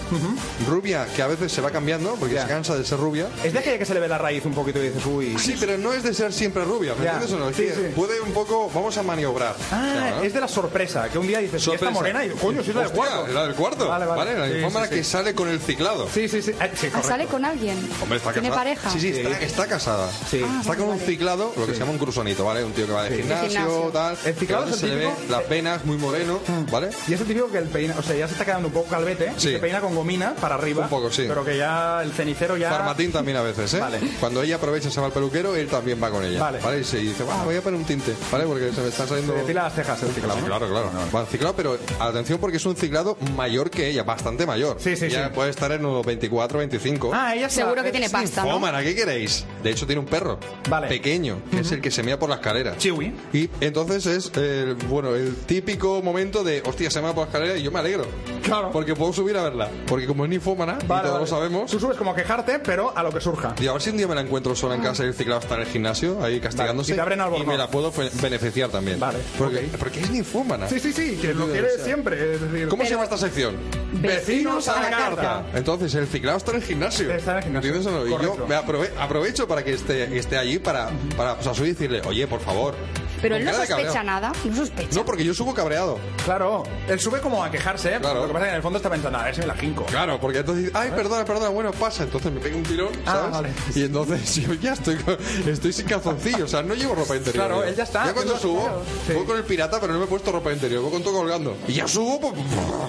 Speaker 9: Rubia que a veces se va cambiando porque
Speaker 3: Ya.
Speaker 9: se cansa de ser rubia.
Speaker 3: ¿Es de aquella que se le ve la raíz un poquito y dices, uy...
Speaker 9: Sí, pero no es de ser siempre rubia, ¿me
Speaker 3: Ya.
Speaker 9: entiendes o no? Es
Speaker 3: Sí,
Speaker 9: que
Speaker 3: sí.
Speaker 9: Puede un poco, vamos a maniobrar.
Speaker 3: Ah,
Speaker 9: O sea, ¿no?
Speaker 3: es de la sorpresa, que un día dices, "¿Y esta
Speaker 9: Sorpresa.
Speaker 3: morena? Y coño, sí, la del
Speaker 9: Hostia,
Speaker 3: cuarto.
Speaker 9: la del cuarto.
Speaker 3: Vale,
Speaker 9: Vale,
Speaker 3: vale.
Speaker 9: La
Speaker 3: Sí,
Speaker 9: ninfómana
Speaker 3: sí, sí.
Speaker 9: que sale con el ciclado.
Speaker 3: Sí, sí, sí. Eh, sí,
Speaker 4: Ah,
Speaker 3: correcto.
Speaker 4: ¿Sale con alguien?
Speaker 9: Hombre, está
Speaker 4: ¿Tiene
Speaker 9: casada.
Speaker 4: pareja?
Speaker 9: Sí, sí, está,
Speaker 3: Sí.
Speaker 9: está casada.
Speaker 3: Sí. Ah,
Speaker 9: está
Speaker 4: vale,
Speaker 9: con un
Speaker 4: vale.
Speaker 9: ciclado, lo que se llama un cruzonito, ¿vale? Un tío que va de gimnasio,
Speaker 4: gimnasio.
Speaker 9: tal.
Speaker 3: El ciclado
Speaker 9: que
Speaker 3: es el
Speaker 9: se le ve
Speaker 3: típico-
Speaker 9: las venas, muy moreno, ¿vale?
Speaker 3: Mm. Y es el típico que el peina, o sea, ya se está quedando un poco calvete, y
Speaker 9: Sí.
Speaker 3: se peina con gomina para arriba.
Speaker 9: Un poco, sí.
Speaker 3: Pero que ya el cenicero ya.
Speaker 9: Farmatín también a veces, ¿eh?
Speaker 3: Vale.
Speaker 9: Cuando ella aprovecha se va al peluquero, él también va con ella.
Speaker 3: Vale.
Speaker 9: Y se dice, "Va, Ah, voy a poner un tinte, ¿vale? Porque se me están
Speaker 3: Se
Speaker 9: saliendo.
Speaker 3: le tira las cejas el ciclado.
Speaker 9: Sí,
Speaker 3: ¿no?
Speaker 9: claro, claro. Va al ciclado, pero atención porque es un ciclado mayor que ella, bastante mayor.
Speaker 3: Sí, sí,
Speaker 9: Ella
Speaker 3: sí.
Speaker 9: puede estar en unos 24, 25.
Speaker 3: Ah, ella es
Speaker 4: Seguro
Speaker 3: la-
Speaker 4: que
Speaker 3: es
Speaker 4: tiene pasta, ¿no?
Speaker 9: Fómana, ¿qué queréis? De hecho, tiene un perro
Speaker 3: Vale.
Speaker 9: pequeño, que es el que se mea por la escalera.
Speaker 3: Chiwi.
Speaker 9: Y entonces es el, bueno, el típico momento de, hostia, se mea por la escalera y yo me alegro.
Speaker 3: Claro.
Speaker 9: Porque puedo subir a verla. Porque como es ninfómana, y
Speaker 3: Vale,
Speaker 9: todos
Speaker 3: vale.
Speaker 9: lo sabemos,
Speaker 3: Tú subes como a quejarte, pero a lo que surja.
Speaker 9: Digo, a ver si un día me la encuentro sola en casa y el ciclado está en el gimnasio, ahí castigándose.
Speaker 3: Ah. y te abren albornoz.
Speaker 9: me la puedo fe- beneficiar también.
Speaker 3: Vale,
Speaker 9: Porque,
Speaker 3: ok.
Speaker 9: porque es ninfómana.
Speaker 3: Sí, sí, sí, que lo quiere siempre. Es decir,
Speaker 9: ¿Cómo se llama esta sección?
Speaker 3: Vecinos a la carta.
Speaker 9: Entonces, el ciclado está en el gimnasio.
Speaker 3: Está en el gimnasio.
Speaker 9: ¿Entiendes o no? Y yo
Speaker 3: Correcto.
Speaker 9: me aprove- aprovecho para que esté, esté allí para, para pues, a su y decirle, oye, por favor.
Speaker 4: Pero
Speaker 9: Con
Speaker 4: él no
Speaker 9: cara de
Speaker 4: sospecha
Speaker 9: cabreado.
Speaker 4: nada, no sospecha.
Speaker 9: No, porque yo subo cabreado.
Speaker 3: Claro, él sube como a quejarse, ¿eh?
Speaker 9: Claro.
Speaker 3: Lo que pasa es que en el fondo está pensando, a ver si me la jinco.
Speaker 9: Claro, porque entonces, ay, perdona, perdona, bueno, pasa. Entonces me pego un tirón,
Speaker 3: Ah,
Speaker 9: ¿sabes?
Speaker 3: vale.
Speaker 9: Y entonces yo ya estoy, con- estoy sin calzoncillo, o sea, no llevo ropa interior.
Speaker 3: Claro,
Speaker 9: yo.
Speaker 3: él ya está,
Speaker 9: Ya cuando
Speaker 3: claro,
Speaker 9: subo,
Speaker 3: claro.
Speaker 9: voy
Speaker 3: Sí.
Speaker 9: con el pirata, pero no me he puesto ropa interior, voy con todo colgando. Y ya subo pues,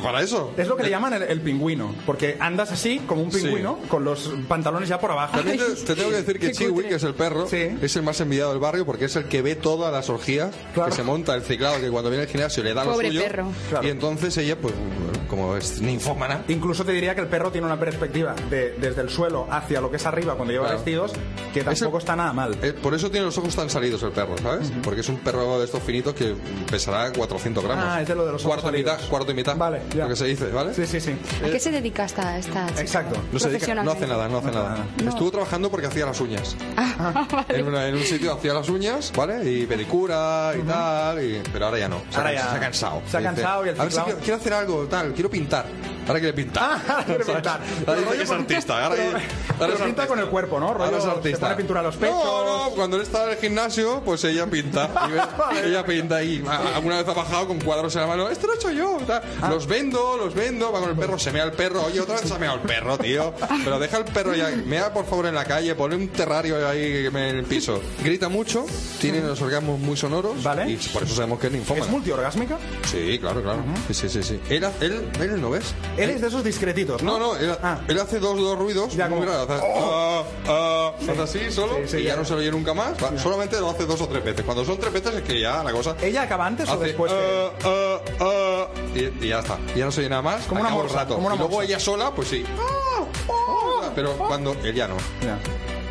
Speaker 9: para eso.
Speaker 3: Es lo que le llaman el, el pingüino, porque andas así como un
Speaker 9: Sí.
Speaker 3: pingüino con los pantalones ya por abajo.
Speaker 9: También te, te tengo que decir que
Speaker 4: Qué
Speaker 9: Chiwi,
Speaker 4: cutre.
Speaker 9: que es el perro,
Speaker 3: Sí.
Speaker 9: es el más envidiado del barrio porque es el que ve todas las orgías
Speaker 3: Claro.
Speaker 9: que se monta el ciclado, que cuando viene al gimnasio le da
Speaker 4: Pobre
Speaker 9: lo suyo.
Speaker 4: perro.
Speaker 9: Y
Speaker 3: Claro.
Speaker 9: entonces ella, pues, bueno, como es ninfómana,
Speaker 3: Incluso te diría que el perro tiene una perspectiva de, desde el suelo hacia lo que es arriba cuando lleva
Speaker 9: Claro.
Speaker 3: vestidos, que
Speaker 9: Es
Speaker 3: tampoco
Speaker 9: el-
Speaker 3: está nada mal.
Speaker 9: Eh, por eso tiene los ojos tan salidos el perro, ¿sabes? Porque es un perro de estos finitos que pesará 400 gramos.
Speaker 3: Ah, es de lo de los ojos
Speaker 9: cuarto y mitad,
Speaker 3: salidos.
Speaker 9: Cuarto y mitad.
Speaker 3: Vale, ya.
Speaker 9: Lo que se dice, ¿vale?
Speaker 3: Sí, sí, sí.
Speaker 4: ¿A qué se dedica esta, esta chica?
Speaker 3: Exacto.
Speaker 9: Eh, No, se dedica- no hace nada, no hace
Speaker 3: No,
Speaker 9: nada.
Speaker 3: nada.
Speaker 4: No.
Speaker 9: Estuvo trabajando porque hacía las uñas.
Speaker 4: Ah, vale.
Speaker 9: En, una- en un sitio hacía las uñas, ¿vale? Y pelicura y tal, y- pero ahora ya no. Se,
Speaker 3: Ahora
Speaker 9: ha-
Speaker 3: ya-
Speaker 9: se ha cansado.
Speaker 3: se ha
Speaker 9: Dice,
Speaker 3: cansado y el
Speaker 9: A ver si
Speaker 3: ciclado-
Speaker 9: quiero, quiero hacer algo, tal, quiero pintar. Ahora quiere pintar.
Speaker 3: Ah, ahora quiere
Speaker 9: ¿Sabes?
Speaker 3: pintar.
Speaker 9: Ahora dice
Speaker 3: Rollo
Speaker 9: que es
Speaker 3: por-
Speaker 9: artista. Ahora,
Speaker 3: pero-
Speaker 9: ahora es
Speaker 3: pero pinta
Speaker 9: artista.
Speaker 3: con el cuerpo, ¿no?
Speaker 9: Ahora
Speaker 3: Rollo,
Speaker 9: es
Speaker 3: se
Speaker 9: artista.
Speaker 3: pone pintura a los pechos.
Speaker 9: No, no, cuando él está en el gimnasio, pues ella pinta. Y ve- ella pinta y a- alguna vez ha bajado con cuadros en la mano. Esto lo he hecho yo. tal.
Speaker 3: Ah.
Speaker 9: Los vendo, los vendo. Va con el perro, se mea el perro. Oye, otra vez se ha meado el perro, tío. Pero deja el perro ya. Mea, por favor, en la calle. Pone un terrario ahí en el piso. Grita mucho. Tiene los orgasmos muy sonoros.
Speaker 3: Vale.
Speaker 9: Y por eso sabemos que es ninfómana.
Speaker 3: ¿Es multiorgásmica?
Speaker 9: Sí, claro, claro. Sí, sí, sí. Él, él, él no ves.
Speaker 3: Él es de esos discretitos, ¿no?
Speaker 9: No, no, él,
Speaker 3: Ah.
Speaker 9: él hace dos, dos ruidos.
Speaker 3: Ya,
Speaker 9: muy
Speaker 3: como- Oh.
Speaker 9: raros, hace, ah, ah, hace así solo
Speaker 3: sí, sí,
Speaker 9: y ya,
Speaker 3: ya.
Speaker 9: no se lo oye nunca más. va, Solamente lo hace dos o tres veces. Cuando son tres veces es que ya la cosa.
Speaker 3: ¿Ella acaba antes o
Speaker 9: hace,
Speaker 3: después? que-
Speaker 9: ah, ah, ah, y, y ya está. Y ya no se oye nada más.
Speaker 3: Como una
Speaker 9: acaba el
Speaker 3: morsa,
Speaker 9: rato.
Speaker 3: como una
Speaker 9: y luego
Speaker 3: morsa. Oh,
Speaker 9: ella sola, pues sí. ah, ah, pero cuando él ya no.
Speaker 3: Ya.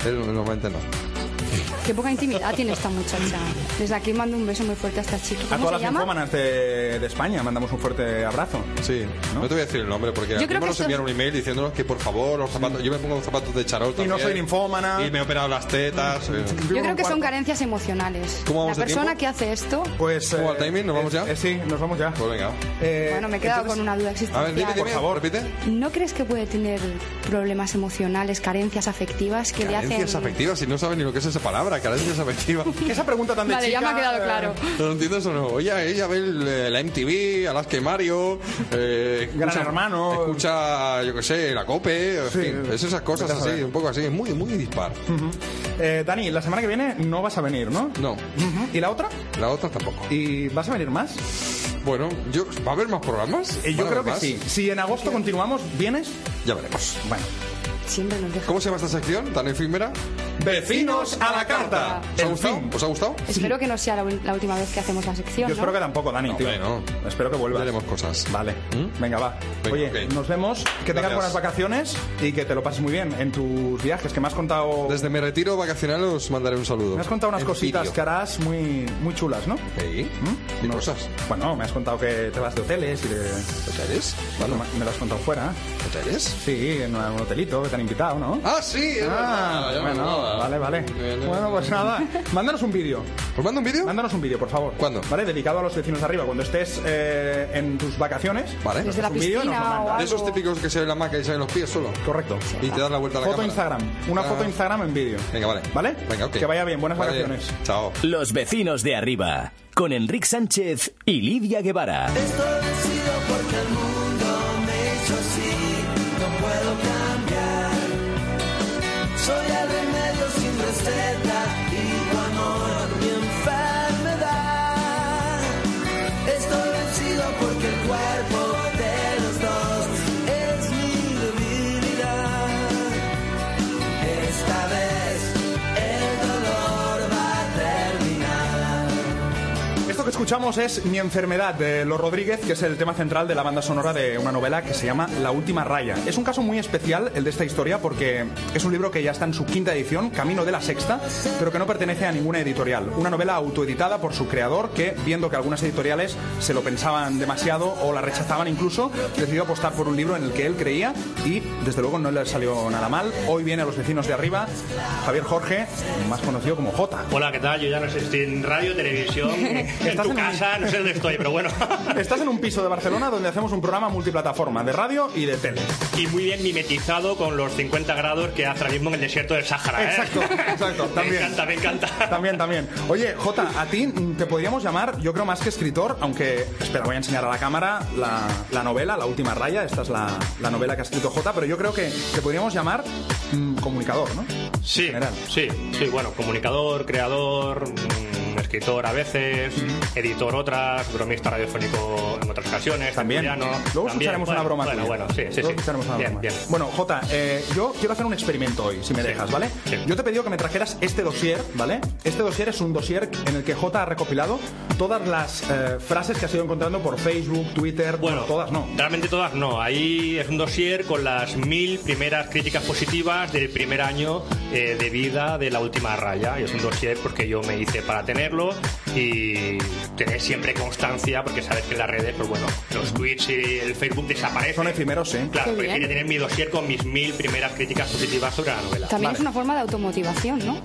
Speaker 9: Él normalmente no.
Speaker 4: Qué poca intimidad tiene esta muchacha. Desde aquí mando un beso muy fuerte a esta chica.
Speaker 3: A
Speaker 4: ¿Cómo
Speaker 3: todas
Speaker 4: se
Speaker 3: las
Speaker 4: llama?
Speaker 3: infómanas de, de España mandamos un fuerte abrazo.
Speaker 9: Sí, ¿No?
Speaker 3: ¿No?
Speaker 9: te voy a decir el nombre porque
Speaker 4: creo
Speaker 9: mismo
Speaker 4: que
Speaker 9: nos
Speaker 4: esto-
Speaker 9: enviaron un email diciéndonos que por favor los zapatos. Yo me pongo los zapatos de charol
Speaker 3: Y
Speaker 9: también.
Speaker 3: no soy ninfómana.
Speaker 9: Y me he operado las tetas. eh.
Speaker 4: Yo creo que son carencias emocionales.
Speaker 9: ¿Cómo vamos
Speaker 4: la
Speaker 9: de
Speaker 4: persona
Speaker 9: tiempo? Eh,
Speaker 4: que hace esto,
Speaker 3: Pues.
Speaker 9: ¿Cómo va el timing? ¿Nos vamos
Speaker 3: eh,
Speaker 9: ya?
Speaker 3: eh, sí, nos vamos ya.
Speaker 9: Pues venga.
Speaker 3: Eh,
Speaker 4: bueno, me he quedado
Speaker 3: entonces-
Speaker 4: con una duda
Speaker 9: A
Speaker 4: existencial.
Speaker 9: ver, dime, dime,
Speaker 3: Por favor.
Speaker 9: repite.
Speaker 4: ¿No crees que puede tener problemas emocionales, carencias afectivas que le
Speaker 9: Carencias
Speaker 4: hacen?
Speaker 9: afectivas, si no saben ni lo que es esa palabra, carencias afectivas.
Speaker 3: Que Esa pregunta tan de
Speaker 4: Vale, ya me
Speaker 3: chica,
Speaker 4: ha quedado
Speaker 3: eh,
Speaker 4: claro.
Speaker 9: ¿No lo entiendes o no? Oye, ella ve el, eh, la MTV, Alaska y Mario, eh,
Speaker 3: Gran Hermano.
Speaker 9: escucha, yo qué sé, la COPE, en
Speaker 3: Sí,
Speaker 9: fin, es esas cosas
Speaker 3: vete a
Speaker 9: así,
Speaker 3: saber.
Speaker 9: un poco así, muy, muy dispar.
Speaker 3: eh, Dani, la semana que viene no vas a venir, ¿no?
Speaker 9: No,
Speaker 3: Ujú. ¿Y la otra?
Speaker 9: la otra tampoco.
Speaker 3: ¿Y vas a venir más?
Speaker 9: Bueno, yo, ¿va a haber más programas?
Speaker 3: Eh,
Speaker 9: ¿Van
Speaker 3: yo
Speaker 9: a
Speaker 3: creo
Speaker 9: haber
Speaker 3: que
Speaker 9: más?
Speaker 3: sí. Si en agosto continuamos, ¿vienes?
Speaker 9: Ya veremos.
Speaker 3: Bueno.
Speaker 4: Siempre nos deja.
Speaker 9: ¿Cómo se llama esta sección tan efímera?
Speaker 3: Vecinos a la carta.
Speaker 9: ¿Os ha
Speaker 3: El
Speaker 9: gustado?
Speaker 3: fin.
Speaker 9: ¿Os ha gustado?
Speaker 4: Espero que no sea la, ul- la última vez que hacemos la sección. ¿no?
Speaker 3: Yo espero que tampoco, Dani,
Speaker 9: No,
Speaker 3: tío.
Speaker 9: hombre, no.
Speaker 3: Espero que vuelvas.
Speaker 9: Veremos cosas.
Speaker 3: Vale.
Speaker 9: ¿Mm?
Speaker 3: Venga, va.
Speaker 9: Venga,
Speaker 3: Oye,
Speaker 9: ok.
Speaker 3: nos vemos. Que tengas
Speaker 9: Gracias.
Speaker 3: buenas vacaciones y que te lo pases muy bien en tus viajes, que me has contado.
Speaker 9: Desde mi retiro vacacional os mandaré un saludo.
Speaker 3: Me has contado unas
Speaker 9: En
Speaker 3: cositas
Speaker 9: vídeo.
Speaker 3: que harás muy, muy chulas, ¿no?
Speaker 9: Sí.
Speaker 3: ¿Mm?
Speaker 9: ¿Qué
Speaker 3: No.
Speaker 9: cosas?
Speaker 3: Bueno, me has contado que te vas de hoteles y de.
Speaker 9: ¿Hoteles?
Speaker 3: Bueno, me- me lo has contado fuera.
Speaker 9: ¿Hoteles?
Speaker 3: Sí, en un hotelito que te han invitado, ¿no?
Speaker 9: Ah, sí. es
Speaker 3: Ah,
Speaker 9: verdad, ya me
Speaker 3: bueno,
Speaker 9: acordaba.
Speaker 3: vale, vale.
Speaker 9: Bien,
Speaker 3: Bueno,
Speaker 9: bien.
Speaker 3: pues nada. Mándanos un vídeo.
Speaker 9: ¿Os mando un vídeo?
Speaker 3: Mándanos un vídeo, por favor.
Speaker 9: ¿Cuándo?
Speaker 3: Vale, dedicado a los vecinos de arriba. Cuando estés eh, en tus vacaciones.
Speaker 9: Vale.
Speaker 4: Desde la
Speaker 3: Un vídeo nos lo
Speaker 4: piscina o
Speaker 3: mandas.
Speaker 4: algo.
Speaker 9: De esos típicos que se ven la maca y salen los pies solo.
Speaker 3: Correcto.
Speaker 9: Y te das la vuelta a la
Speaker 3: Foto
Speaker 9: cámara.
Speaker 3: Instagram. Una
Speaker 9: Ah.
Speaker 3: foto Instagram en vídeo.
Speaker 9: Venga, vale.
Speaker 3: ¿Vale?
Speaker 9: Venga, ok.
Speaker 3: Que vaya bien. Buenas
Speaker 9: Vale.
Speaker 3: vacaciones.
Speaker 9: Chao.
Speaker 2: Los vecinos de arriba, con Enrique Sánchez y Lidia Guevara.
Speaker 6: Esto ha sido porque
Speaker 3: que escuchamos es Mi enfermedad de Los Rodríguez, que es el tema central de la banda sonora de una novela que se llama La última raya. Es un caso muy especial el de esta historia porque es un libro que ya está en su quinta edición, camino de la sexta, pero que no pertenece a ninguna editorial. Una novela autoeditada por su creador que, viendo que algunas editoriales se lo pensaban demasiado o la rechazaban incluso, decidió apostar por un libro en el que él creía y, desde luego, no le salió nada mal. Hoy viene a los vecinos de arriba Javier Jorge, más conocido como Jota.
Speaker 10: Hola, ¿qué tal? Yo ya no sé, estoy en radio, televisión, en
Speaker 3: Estás
Speaker 10: tu
Speaker 3: en un-
Speaker 10: casa, no sé dónde estoy, pero bueno.
Speaker 3: Estás en un piso de Barcelona donde hacemos un programa multiplataforma de radio y de tele.
Speaker 10: Y muy bien mimetizado con los 50 grados que hace ahora mismo en el desierto del Sahara. ¿eh?
Speaker 3: Exacto, exacto,
Speaker 10: Me
Speaker 3: también.
Speaker 10: encanta, me encanta.
Speaker 3: También, también. Oye, Jota, a ti mm, te podríamos llamar, yo creo más que escritor, aunque, espera, voy a enseñar a la cámara la, la novela, La Última Raya, esta es la, la novela que ha escrito Jota, pero yo creo que te podríamos llamar mm, comunicador, ¿no?
Speaker 10: Sí, sí, sí, bueno, comunicador, creador, mm, escritor a veces, editor otras, bromista radiofónico en otras ocasiones,
Speaker 3: También.
Speaker 10: tertuliano,
Speaker 3: Luego
Speaker 10: también,
Speaker 3: escucharemos
Speaker 10: bueno,
Speaker 3: una broma.
Speaker 10: Bueno,
Speaker 3: tuya.
Speaker 10: bueno, sí, sí,
Speaker 3: Luego
Speaker 10: sí.
Speaker 3: escucharemos una
Speaker 10: Bien,
Speaker 3: broma.
Speaker 10: bien.
Speaker 3: Bueno, Jota, eh, yo quiero hacer un experimento hoy, si me
Speaker 10: Sí.
Speaker 3: dejas, ¿vale?
Speaker 10: Sí.
Speaker 3: Yo te he pedido que me trajeras este dossier, ¿vale? Este dossier es un dossier en el que Jota ha recopilado todas las eh, frases que ha ido encontrando por Facebook, Twitter, bueno, todas no.
Speaker 10: Realmente todas no. Ahí es un dossier con las mil primeras críticas positivas del primer año eh, de vida de la última raya. Y es un dossier porque yo me hice para tenerlo y tener siempre constancia, porque sabes que en las redes, pues bueno, los tweets y el Facebook desaparecen.
Speaker 3: Son efímeros, ¿eh?
Speaker 10: Claro,
Speaker 4: Qué
Speaker 10: pero
Speaker 4: bien.
Speaker 10: quería tener mi dossier con mis mil primeras críticas positivas sobre la novela.
Speaker 4: También es una forma de automotivación, ¿no?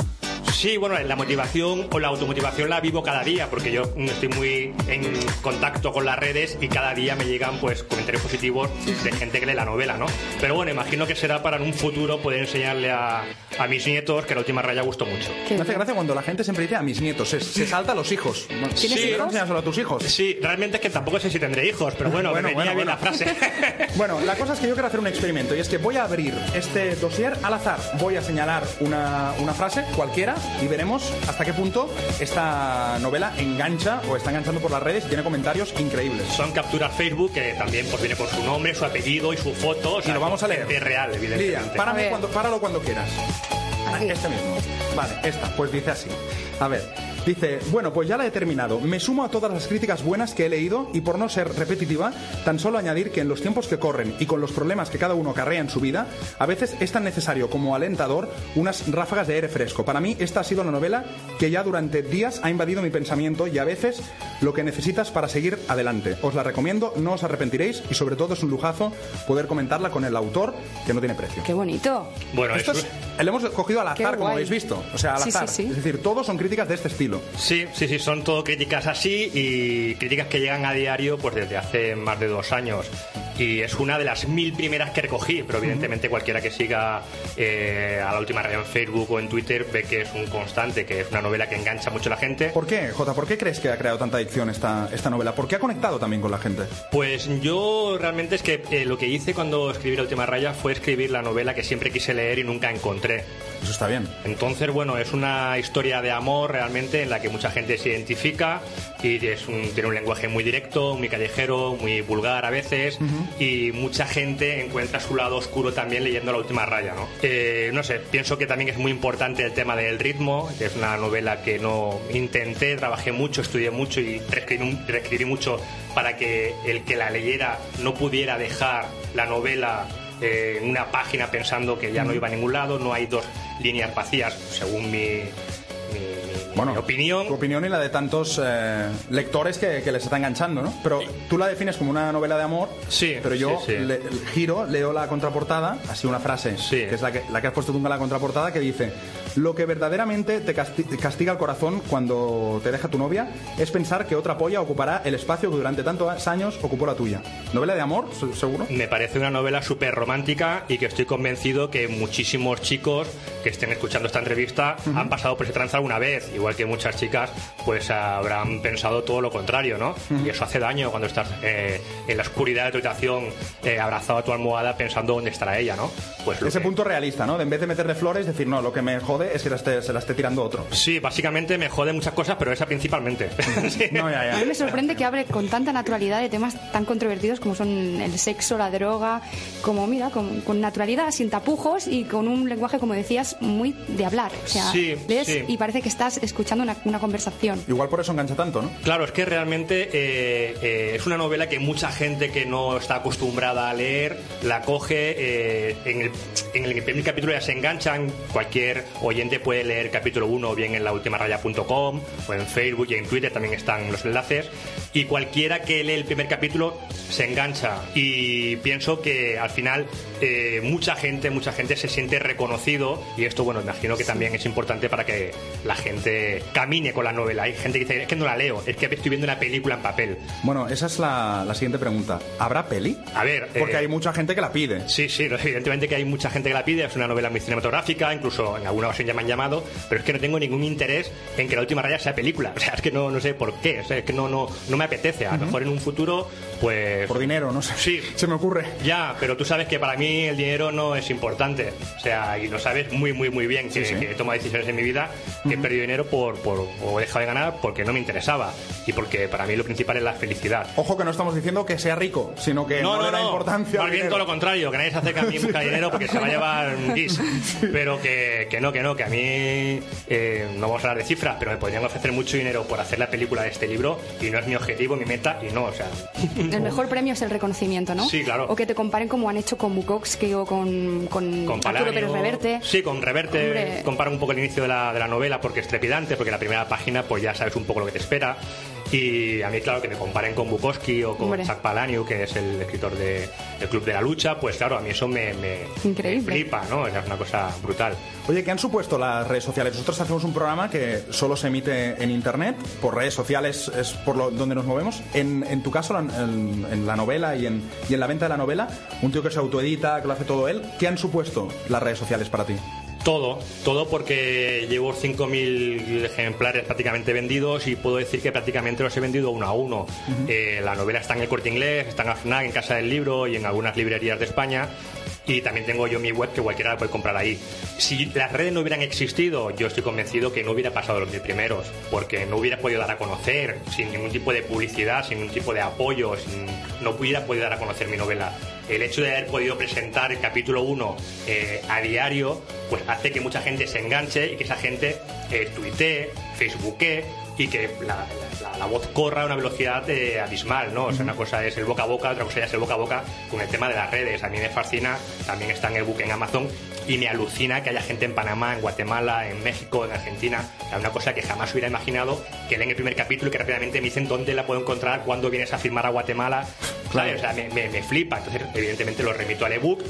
Speaker 10: Sí, bueno, la motivación o la automotivación la vivo cada día, porque yo mm, estoy muy en contacto con las redes y cada día me llegan pues comentarios positivos de gente que lee la novela, ¿no? Pero bueno, imagino que será para en un futuro poder enseñarle a, a mis nietos que la última raya gustó mucho.
Speaker 3: Me hace gracia cuando la gente siempre dice a mis nietos, se, se salta a los hijos. Bueno,
Speaker 10: ¿Tienes
Speaker 3: sí,
Speaker 10: hijos?
Speaker 3: no enséñaselo a tus hijos.
Speaker 10: Sí, realmente es que tampoco sé si tendré hijos, pero bueno,
Speaker 3: Bueno,
Speaker 10: me venía
Speaker 3: bueno,
Speaker 10: bien
Speaker 3: bueno.
Speaker 10: la frase.
Speaker 3: Bueno, la cosa es que yo quiero hacer un experimento y es que voy a abrir este dossier al azar. Voy a señalar una, una frase cualquiera y veremos hasta qué punto esta novela engancha o está enganchando por las redes y tiene comentarios increíbles.
Speaker 10: Son capturas Facebook que también pues viene con su nombre, su apellido y su foto. o
Speaker 3: Y
Speaker 10: sea,
Speaker 3: lo vamos a leer.
Speaker 10: gente real, evidentemente.
Speaker 3: Lidia,
Speaker 4: A
Speaker 3: párame
Speaker 4: ver.
Speaker 3: cuando, páralo cuando quieras. Este mismo. Vale, esta. Pues dice así. A ver. Dice, bueno, pues ya la he terminado. Me sumo a todas las críticas buenas que he leído y por no ser repetitiva, tan solo añadir que en los tiempos que corren y con los problemas que cada uno acarrea en su vida, a veces es tan necesario como alentador unas ráfagas de aire fresco. Para mí esta ha sido la novela que ya durante días ha invadido mi pensamiento y a veces lo que necesitas para seguir adelante. Os la recomiendo, no os arrepentiréis y sobre todo es un lujazo poder comentarla con el autor que no tiene precio.
Speaker 4: Qué bonito.
Speaker 10: Bueno,
Speaker 3: Esto
Speaker 10: es-
Speaker 3: es- lo hemos cogido al
Speaker 4: Qué
Speaker 3: azar, como
Speaker 4: guay.
Speaker 3: habéis visto. O sea, al
Speaker 4: Sí, sí,
Speaker 3: azar.
Speaker 4: sí.
Speaker 3: Es decir, todos son críticas de este estilo.
Speaker 10: Sí, sí, sí, son todo críticas así y críticas que llegan a diario pues desde hace más de dos años. Y es una de las mil primeras que recogí, pero evidentemente cualquiera que siga eh, a la última red en Facebook o en Twitter ve que es un constante, que es una novela que engancha mucho a la gente.
Speaker 3: ¿Por qué, Jota? ¿Por qué crees que ha creado tanta adicción esta, esta novela? ¿Por qué ha conectado también con la gente?
Speaker 10: Pues yo realmente es que eh, lo que hice cuando escribí La Última Raya fue escribir la novela que siempre quise leer y nunca encontré.
Speaker 3: Eso está bien.
Speaker 10: Entonces, bueno, es una historia de amor realmente en la que mucha gente se identifica y es un- tiene un lenguaje muy directo, muy callejero, muy vulgar a veces y mucha gente encuentra su lado oscuro también leyendo La Última Raya, ¿no? Eh, no sé, pienso que también es muy importante el tema del ritmo, que es una novela que no intenté, trabajé mucho, estudié mucho y reescribí, reescribí mucho para que el que la leyera no pudiera dejar la novela eh, en una página pensando que ya no iba a ningún lado, no hay dos líneas vacías, según mi, mi- mi- mi opinión.
Speaker 3: Tu opinión y la de tantos eh, lectores que, que les está enganchando, ¿no? Pero tú la defines como una novela de amor.
Speaker 10: Sí,
Speaker 3: Pero yo
Speaker 10: sí, sí.
Speaker 3: le- giro, leo la contraportada, así una frase,
Speaker 10: Sí.
Speaker 3: que es la que, la que has puesto tú en la contraportada, que dice: Lo que verdaderamente te casti- te castiga el corazón cuando te deja tu novia es pensar que otra polla ocupará el espacio que durante tantos años ocupó la tuya. ¿Novela de amor, se- seguro?
Speaker 10: Me parece una novela súper romántica y que estoy convencido que muchísimos chicos que estén escuchando esta entrevista han pasado por ese trance alguna vez, igual que muchas chicas pues habrán pensado todo lo contrario, ¿no? Y eso hace daño cuando estás eh, en la oscuridad de tu habitación eh, abrazado a tu almohada pensando dónde estará ella, ¿no? Pues lo
Speaker 3: Ese
Speaker 10: que-
Speaker 3: punto realista, ¿no? De en vez de meterle flores, decir, no, lo que me jode jode es que la esté- se la esté tirando otro.
Speaker 10: Sí, básicamente me jode muchas cosas, pero esa principalmente. Sí.
Speaker 4: A mí me sorprende que hable con tanta naturalidad de temas tan controvertidos como son el sexo, la droga, como mira, con, con naturalidad, sin tapujos y con un lenguaje, como decías, muy de hablar. O sea,
Speaker 10: Sí,
Speaker 4: lees
Speaker 10: sí.
Speaker 4: y parece que estás escuchando una, una conversación.
Speaker 3: Igual por eso engancha tanto, ¿no?
Speaker 10: Claro, es que realmente eh, eh, es una novela que mucha gente que no está acostumbrada a leer la coge eh, en, el, en el primer capítulo ya se enganchan. Cualquier oyente puede leer capítulo 1 bien en laultimaraya.com o en Facebook y en Twitter también están los enlaces. Y cualquiera que lee el primer capítulo se engancha. Y pienso que al final eh, mucha gente, mucha gente se siente reconocido y esto, bueno, imagino que también es importante para que la gente camine con la novela. Hay gente que dice, es que no la leo, es que estoy viendo una película en papel.
Speaker 3: Bueno, esa es la, la siguiente pregunta. ¿Habrá peli?
Speaker 10: A ver,
Speaker 3: Porque
Speaker 10: eh,
Speaker 3: hay mucha gente que la pide.
Speaker 10: Sí, sí, evidentemente que hay mucha gente que la pide, es una novela muy cinematográfica, incluso en alguna ocasión ya me han llamado, pero es que no tengo ningún interés en que la última raya sea película. O sea, es que no, no sé por qué, o sea, es que no, no, no me apetece. A lo mejor en un futuro, pues.
Speaker 3: Por dinero, no sé.
Speaker 10: Sí.
Speaker 3: Se me ocurre.
Speaker 10: Ya, pero tú sabes que para mí el dinero no es importante. O sea, y lo sabes muy, muy, muy bien que,
Speaker 3: Sí, sí.
Speaker 10: que he tomado decisiones en mi vida, que he perdido dinero por, por, o he dejado de ganar porque no me interesaba. Y porque para mí lo principal es la felicidad.
Speaker 3: Ojo que no estamos diciendo que sea rico, sino que no, le da importancia.
Speaker 10: Más
Speaker 3: al
Speaker 10: bien
Speaker 3: dinero.
Speaker 10: todo lo contrario, que nadie se acerca a mí en busca de dinero porque se va a llevar un guis. Pero que, que no, que no, que a mí eh, no vamos a hablar de cifras, pero me podrían ofrecer mucho dinero por hacer la película de este libro y no es mi objetivo, mi meta y no, o sea.
Speaker 4: El mejor premio es el reconocimiento, ¿no?
Speaker 10: Sí, claro.
Speaker 4: O que te comparen como han hecho con Bucox que, o con, con,
Speaker 10: Con
Speaker 4: Arturo
Speaker 10: Palanio.
Speaker 4: Pérez Reverte.
Speaker 10: Sí, con Reverte.
Speaker 4: Hombre.
Speaker 10: Compara un poco el inicio de la, de la novela porque es trepidante, porque la primera página pues ya sabes un poco lo que te espera. Y a mí, claro, que me comparen con Bukowski o con
Speaker 4: Hombre.
Speaker 10: Chuck Palahniuk, que es el escritor de- del Club de la Lucha, pues claro, a mí eso me, me,
Speaker 4: Increíble.
Speaker 10: me flipa, ¿no? pues, Es una cosa brutal.
Speaker 3: Oye, ¿qué han supuesto las redes sociales? Nosotros hacemos un programa que solo se emite en internet, por redes sociales es por lo, donde nos movemos. En, en tu caso, la- en, en la novela y en, y en la venta de la novela, un tío que se autoedita, que lo hace todo él, ¿qué han supuesto las redes sociales para ti?
Speaker 10: Todo, todo porque llevo 5.000 ejemplares prácticamente vendidos y puedo decir que prácticamente los he vendido uno a uno. Eh, la novela está en el corte inglés, está en AFNAC, en Casa del Libro y en algunas librerías de España. Y también tengo yo mi web que cualquiera la puede comprar ahí. Si las redes no hubieran existido, yo estoy convencido que no hubiera pasado los mil primeros, porque no hubiera podido dar a conocer, sin ningún tipo de publicidad, sin ningún tipo de apoyo, sin- no hubiera podido dar a conocer mi novela el hecho de haber podido presentar el capítulo 1 eh, a diario, pues hace que mucha gente se enganche y que esa gente eh, tuitee, facebookee y que la, la- la voz corra a una velocidad eh, abismal, ¿no? O sea, una cosa es el boca a boca, otra cosa ya es el boca a boca con el tema de las redes. A mí me fascina, también está en el book en Amazon y me alucina que haya gente en Panamá, en Guatemala, en México, en Argentina. O sea, una cosa que jamás hubiera imaginado que leen el primer capítulo y que rápidamente me dicen dónde la puedo encontrar, cuándo vienes a firmar a Guatemala. ¿sabes? O sea, me, me- me flipa. Entonces, evidentemente, lo remito al ebook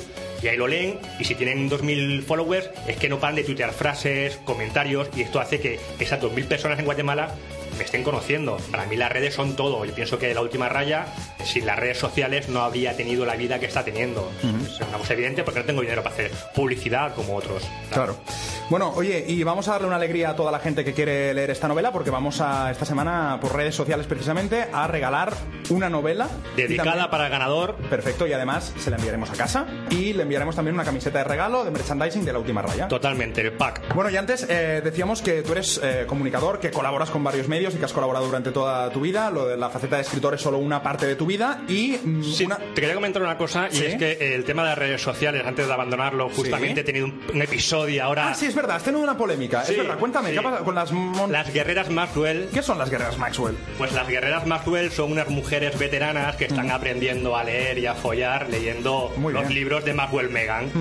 Speaker 10: y ahí lo leen. Y si tienen 2.000 followers, es que no paran de tuitear frases, comentarios. Y esto hace que esas 2.000 personas en Guatemala me estén conociendo. Para mí, las redes son todo. Yo pienso que la última raya, sin las redes sociales, no habría tenido la vida que está teniendo. Es una cosa evidente porque no tengo dinero para hacer publicidad como otros.
Speaker 3: Claro. Bueno, oye, y vamos a darle una alegría a toda la gente que quiere leer esta novela, porque vamos a esta semana por redes sociales precisamente a regalar una novela y
Speaker 10: Dedicada
Speaker 3: también-
Speaker 10: para el ganador.
Speaker 3: Perfecto, y además se la enviaremos a casa y le enviaremos también una camiseta de regalo de merchandising de la última raya.
Speaker 10: Totalmente, el pack.
Speaker 3: Bueno, y antes eh, decíamos que tú eres eh, comunicador, que colaboras con varios medios y que has colaborado durante toda tu vida. Lo de la faceta de escritor es solo una parte de tu vida y mm,
Speaker 10: Sí,
Speaker 3: una...
Speaker 10: te quería comentar una cosa y
Speaker 3: ¿Sí?
Speaker 10: es que eh, el tema de las redes sociales, antes de abandonarlo, justamente
Speaker 3: Sí.
Speaker 10: he tenido un, un episodio ahora.
Speaker 3: Ah, sí, es verdad, has tenido una polémica.
Speaker 10: Sí,
Speaker 3: es verdad, cuéntame,
Speaker 10: sí.
Speaker 3: ¿qué ha pasado con las... mon-
Speaker 10: Las guerreras Maxwell,
Speaker 3: ¿Qué son las guerreras Maxwell?
Speaker 10: pues las guerreras Maxwell son unas mujeres veteranas que están aprendiendo a leer y a follar leyendo
Speaker 3: Mm. Muy
Speaker 10: los
Speaker 3: bien.
Speaker 10: libros de Maxwell Megan.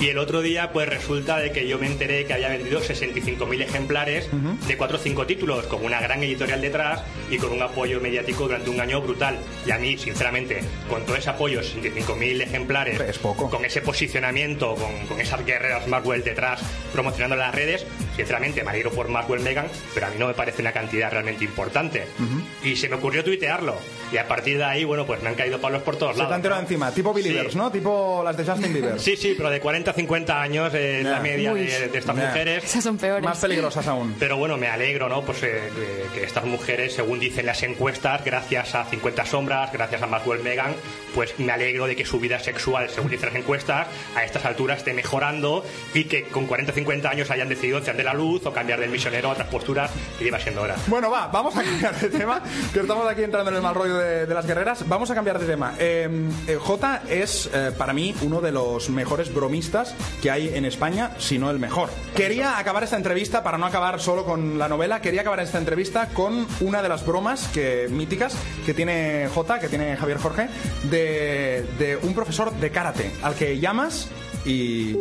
Speaker 10: Y el otro día, pues resulta de que yo me enteré que había vendido 65.000 ejemplares de 4 o 5 títulos, con una gran editorial detrás y con un apoyo mediático durante un año brutal. Y a mí, sinceramente, con todo ese apoyo, 65.000 ejemplares,
Speaker 3: Hombre, es poco.
Speaker 10: con ese posicionamiento, con, con esas guerreras Maxwell detrás promocionando las redes, Sinceramente, me alegro por Maxwell Megan, pero a mí no me parece una cantidad realmente importante. Y se me ocurrió tuitearlo. Y a partir de ahí, bueno, pues me han caído palos por todos
Speaker 3: Se te
Speaker 10: lados.
Speaker 3: han tirado encima, tipo Believers,
Speaker 10: Sí.
Speaker 3: ¿no? Tipo las de Justin Bieber.
Speaker 10: Sí, sí, pero de 40 a 50 años eh, es
Speaker 3: Nah.
Speaker 10: la media
Speaker 3: Uy.
Speaker 10: de, de estas
Speaker 3: Nah.
Speaker 10: mujeres.
Speaker 4: Esas son peores.
Speaker 3: Más peligrosas aún.
Speaker 10: Pero bueno, me alegro, ¿no? Pues eh, eh, que estas mujeres, según dicen las encuestas, gracias a 50 sombras, gracias a Maxwell Megan, pues me alegro de que su vida sexual, según dicen las encuestas, a estas alturas esté mejorando y que con 40 o 50 años hayan decidido encender la luz o cambiar del misionero a otras posturas que lleva siendo hora.
Speaker 3: Bueno, va, vamos a cambiar de tema, que estamos aquí entrando en el mal rollo de, de las guerreras. Vamos a cambiar de tema. Eh, eh, Jota es, eh, para mí, uno de los mejores bromistas que hay en España, si no el mejor. Quería acabar esta entrevista, para no acabar solo con la novela, quería acabar esta entrevista con una de las bromas que, míticas que tiene Jota, que tiene Javier Jorge, de, de un profesor de karate, al que llamas y...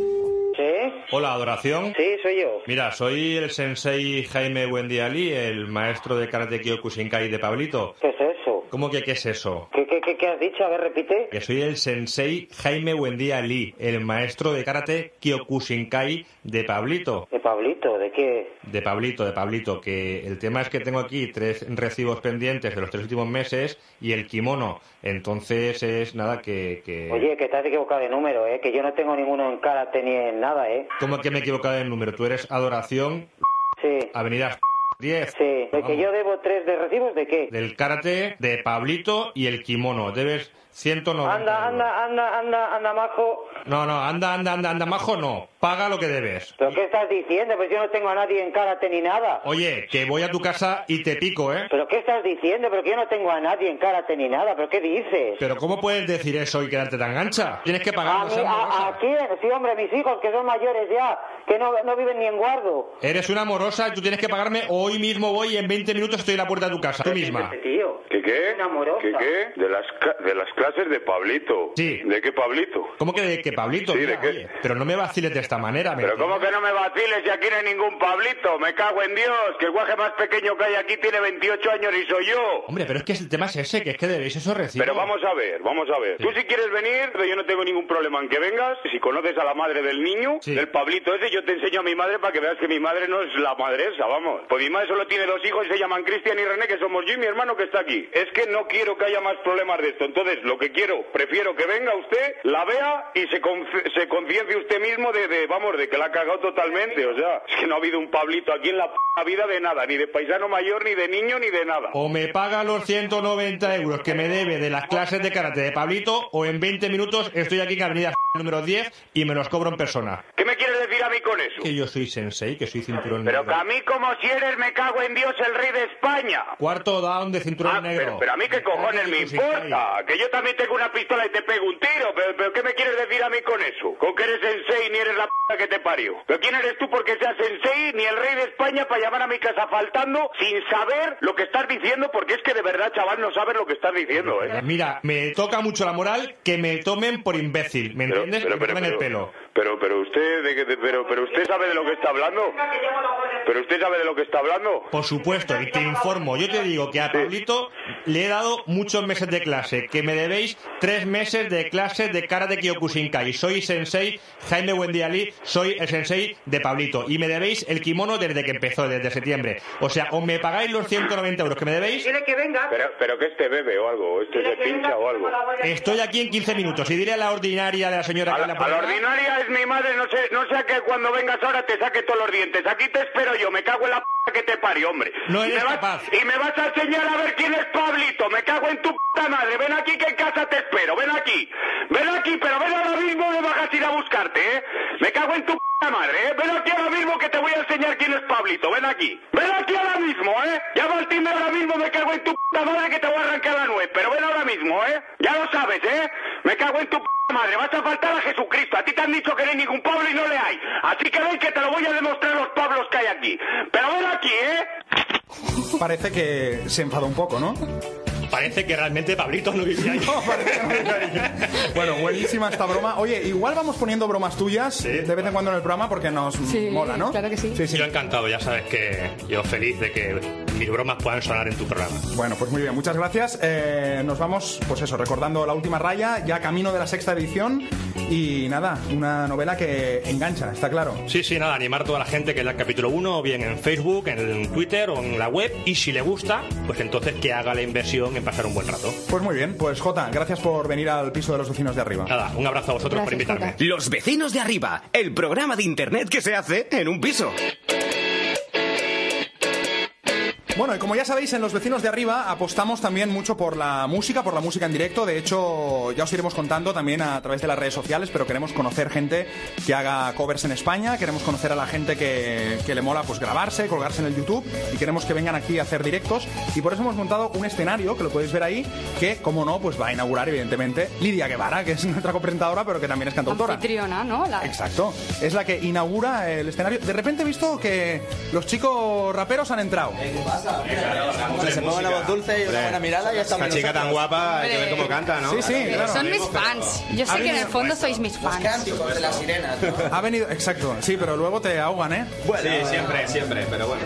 Speaker 11: ¿Sí?
Speaker 12: Hola, adoración.
Speaker 11: Sí, soy yo.
Speaker 12: Mira, soy el sensei Jaime Buendialí, el maestro de karate Kyokushinkai de Pablito.
Speaker 11: ¿Qué es eso?
Speaker 12: ¿Cómo que qué es eso?
Speaker 11: ¿Qué, qué, qué, qué has dicho? A ver, repite.
Speaker 12: Que soy el sensei Jaime Buendialí, el maestro de karate Kyokushinkai de Pablito.
Speaker 11: ¿De Pablito? ¿De qué?
Speaker 12: De Pablito, de Pablito, que el tema es que tengo aquí tres recibos pendientes de los tres últimos meses y el kimono. Entonces es nada que... que...
Speaker 11: Oye, que estás equivocado de número, ¿eh? Que yo no tengo ninguno en karate ni en nada, ¿eh?
Speaker 12: ¿Cómo que me he equivocado de número? Tú eres Adoración,
Speaker 11: Sí.
Speaker 12: Avenida 10.
Speaker 11: Sí. ¿De que yo debo tres de recibos de qué?
Speaker 12: Del karate, de Pablito y el kimono. Debes 190.
Speaker 11: Anda, anda, anda, anda, anda, majo.
Speaker 12: No, no, anda, anda, anda, anda, majo, no. Paga lo que debes.
Speaker 11: ¿Pero qué estás diciendo? Pues yo no tengo a nadie en karate ni nada.
Speaker 12: Oye, que voy a tu casa y te pico, ¿eh?
Speaker 11: ¿Pero qué estás diciendo? Pero que yo no tengo a nadie en karate ni nada. ¿Pero qué dices?
Speaker 12: Pero ¿cómo puedes decir eso y quedarte tan gancha? Tienes que
Speaker 11: ¿A,
Speaker 12: pagar. no
Speaker 11: mí,
Speaker 12: seas
Speaker 11: a,
Speaker 12: morosa.
Speaker 11: ¿A quién? Sí, hombre, mis hijos que son mayores ya, que no, no viven ni en guardo.
Speaker 12: Eres una morosa y tú tienes que pagarme o hoy mismo voy y en 20 minutos estoy en la puerta de tu casa, tú misma.
Speaker 11: Este Tío.
Speaker 13: ¿Qué qué? ¿Qué qué? De las, ca- de las clases de Pablito.
Speaker 12: Sí.
Speaker 13: ¿De qué Pablito?
Speaker 12: ¿Cómo que de que Pablito?
Speaker 13: Sí,
Speaker 12: Mira,
Speaker 13: ¿de qué?
Speaker 12: oye, pero no me vaciles de esta manera, ¿me
Speaker 13: Pero ¿cómo que no me vaciles si aquí no hay ningún Pablito? Me cago en Dios, que el guaje más pequeño que hay aquí tiene 28 años y soy yo.
Speaker 12: Hombre, pero es que el tema es ese, que es que debéis eso recibir.
Speaker 13: Pero vamos a ver, vamos a ver. Tú si quieres venir, yo no tengo ningún problema en que vengas. Si conoces a la madre del niño, del Pablito ese, yo te enseño a mi madre para que veas que mi madre no es la madre esa, vamos. Pues mi madre solo tiene dos hijos y se llaman Cristian y René, que somos yo y mi hermano que está aquí. Es que no quiero que haya más problemas de esto. Entonces, lo que quiero, prefiero que venga usted, la vea y se, conf- se conciencie usted mismo de, de, vamos, de que la ha cagado totalmente. O sea, es que no ha habido un Pablito aquí en la p- vida de nada, ni de paisano mayor, ni de niño, ni de nada.
Speaker 12: O me paga los 190 euros que me debe de las clases de karate de Pablito, o en 20 minutos estoy aquí en Avenida número 10 y me los cobro en persona.
Speaker 13: ¿Qué me quieres decir a mí con eso?
Speaker 12: Que yo soy sensei, que soy cinturón
Speaker 13: Pero que
Speaker 12: negro.
Speaker 13: a mí como si eres me cago en Dios el rey de España.
Speaker 12: Cuarto down de cinturón negro.
Speaker 13: Ah, Pero, pero a mí qué cojones me importa. Que yo también tengo una pistola y te pego un tiro. Pero, pero ¿qué me quieres decir a mí con eso? Con que eres sensei ni eres la p*** que te parió. Pero ¿quién eres tú porque seas sensei ni el rey de España para llamar a mi casa faltando sin saber lo que estás diciendo? Porque es que de verdad, chaval, no sabes lo que estás diciendo, ¿eh?
Speaker 12: Mira, me toca mucho la moral que me tomen por imbécil, ¿me entiendes?
Speaker 13: pero,
Speaker 12: Que me
Speaker 13: pero,
Speaker 12: tomen el
Speaker 13: pero-
Speaker 12: pelo.
Speaker 13: Pero, pero usted, de, que- de- pero, pero usted sabe de lo que está hablando. Pero usted sabe de lo que está hablando.
Speaker 12: Por supuesto, y te informo, yo te digo que a Pablito le he dado muchos meses de clase, que me debéis tres meses de clase de cara de Kyokushinkai. Soy sensei Jaime Buendialí, soy el sensei de Pablito, y me debéis el kimono desde que empezó, desde septiembre. O sea, o me pagáis los 190 euros que me debéis,
Speaker 13: Dile que venga. Pero, pero que este bebe o algo, o este se pincha o algo.
Speaker 12: estoy aquí en 15 minutos, y diré a la ordinaria de la señora que la
Speaker 13: A la ordinaria es mi madre, no sé, no sea que cuando vengas ahora te saque todos los dientes. Aquí te espero yo, me cago en la p que te parió, hombre.
Speaker 12: No
Speaker 13: y
Speaker 12: eres
Speaker 13: me vas, Y me vas a enseñar a ver quién es Pablito, me cago en tu puta madre. Ven aquí que en casa te espero, ven aquí. Ven aquí, pero ven ahora mismo, me vas a ir a buscarte, ¿eh? Me cago en tu puta madre, ¿eh? Ven aquí ahora mismo que te voy a enseñar quién es Pablito, ven aquí. Ven aquí ahora mismo, ¿eh? Llama al timbre ahora mismo, me cago en tu puta madre que te voy a arrancar la nuez, pero ven ahora mismo, ¿eh? Ya lo sabes, ¿eh? Me cago en tu puta madre, vas a faltar a Jesucristo. A ti te han dicho que no hay ningún Pablo y no le hay. Así que ven que te lo voy a demostrar los Pablos que hay aquí. Pero ven aquí, ¿eh?
Speaker 3: Parece que se enfadó un poco, ¿no?
Speaker 10: Parece que realmente Pablito no vivía ahí.
Speaker 3: Bueno, buenísima esta broma. Oye, igual vamos poniendo bromas tuyas de vez en cuando en el programa porque nos mola, ¿no?
Speaker 10: Yo encantado, ya sabes que yo feliz de que mis bromas puedan sonar en tu programa.
Speaker 3: Bueno, pues muy bien, muchas gracias. Eh, nos vamos, pues eso, recordando la última raya, ya camino de la sexta edición. Y nada, una novela que engancha, está claro.
Speaker 10: Sí, sí, nada, animar a toda la gente que lea el capítulo 1, o bien en Facebook, en Twitter o en la web, y si le gusta, pues entonces que haga la inversión en pasar un buen rato.
Speaker 3: Pues muy bien, pues Jota, gracias por venir al piso de los vecinos de arriba.
Speaker 10: Nada, un abrazo a vosotros por invitarme.
Speaker 1: Los vecinos de arriba, el programa de internet que se hace en un piso.
Speaker 3: Bueno, y como ya sabéis, en Los Vecinos de Arriba apostamos también mucho por la música, por la música en directo. De hecho, ya os iremos contando también a través de las redes sociales, pero queremos conocer gente que haga covers en España, queremos conocer a la gente que, que le mola pues grabarse, colgarse en el YouTube y queremos que vengan aquí a hacer directos. Y por eso hemos montado un escenario, que lo podéis ver ahí, que, como no, pues va a inaugurar, evidentemente, Lidia Guevara, que es nuestra copresentadora, pero que también es cantautora.
Speaker 4: Anfitriona, ¿no? La-
Speaker 3: Exacto. Es la que inaugura el escenario. De repente he visto que los chicos raperos han entrado.
Speaker 14: Hombre, se ponga una voz dulce y una buena mirada y ya estamos
Speaker 3: Esta chica
Speaker 14: nosotros.
Speaker 3: tan guapa, hay que ver
Speaker 14: Hombre.
Speaker 3: cómo canta, ¿no? Sí, sí,
Speaker 4: Eh,
Speaker 3: claro.
Speaker 4: Son mis fans. Yo sé que en el fondo sois mis fans.
Speaker 14: Cánticos de las sirenas.
Speaker 3: Ha venido, exacto, sí, pero luego te ahogan, ¿eh?
Speaker 15: sí, siempre, siempre, pero bueno.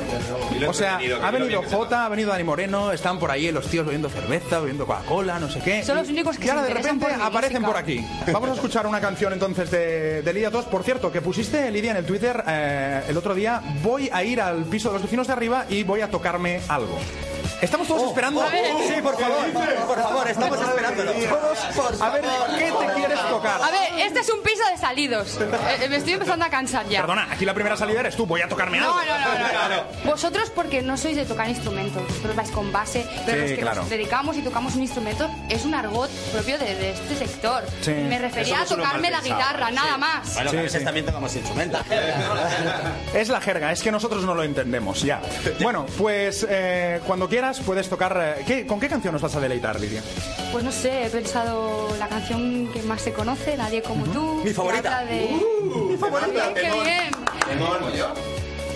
Speaker 15: Y lo
Speaker 3: O sea,
Speaker 15: entretenido,
Speaker 3: ha
Speaker 15: que lo
Speaker 3: venido
Speaker 15: bien que
Speaker 3: Jota, ha venido Dani Moreno, están por ahí los tíos bebiendo cerveza, bebiendo Coca-Cola, no sé qué.
Speaker 4: Son los únicos que
Speaker 3: Y ahora
Speaker 4: se
Speaker 3: de
Speaker 4: interesan
Speaker 3: repente
Speaker 4: por mi
Speaker 3: aparecen
Speaker 4: música.
Speaker 3: por aquí. Vamos a escuchar una canción entonces de, de Lidia 2. Por cierto, que pusiste Lidia en el Twitter eh, el otro día. Voy a ir al piso de los vecinos de arriba y voy a tocarme algo. Estamos todos esperando.
Speaker 14: oh, oh,
Speaker 3: sí, por
Speaker 14: ¿qué
Speaker 3: favor.
Speaker 14: dices?
Speaker 3: Por favor, estamos esperándolo. Todos, por A ver, ¿qué te quieres tocar?
Speaker 4: A ver, este es un piso de salidos. Eh, eh, me estoy empezando a cansar ya.
Speaker 3: Perdona, aquí la primera salida eres tú, voy a tocarme
Speaker 4: No,
Speaker 3: algo.
Speaker 4: no, no, no, no. Vosotros porque no sois de tocar instrumentos, vosotros vais con base, pero
Speaker 3: Sí,
Speaker 4: los que
Speaker 3: claro.
Speaker 4: nos dedicamos y tocamos un instrumento es un argot propio de, de este sector.
Speaker 14: Sí.
Speaker 4: Me refería a
Speaker 14: Somos unos
Speaker 4: tocarme la
Speaker 14: mal pensados,
Speaker 4: guitarra,
Speaker 14: sí.
Speaker 4: nada más.
Speaker 14: Bueno, que a veces también tocamos instrumentos.
Speaker 3: Es la jerga, es que nosotros no lo entendemos, ya. Bueno, pues eh, cuando quieras puedes tocar... eh, ¿qué- ¿Con qué canción nos vas a deleitar, Lidia?
Speaker 4: Pues no sé, he pensado la canción que más se conoce, Nadie como tú.
Speaker 3: Mi
Speaker 4: que
Speaker 3: favorita. Uh,
Speaker 4: habla de-
Speaker 3: mi favorita.
Speaker 4: Qué bien.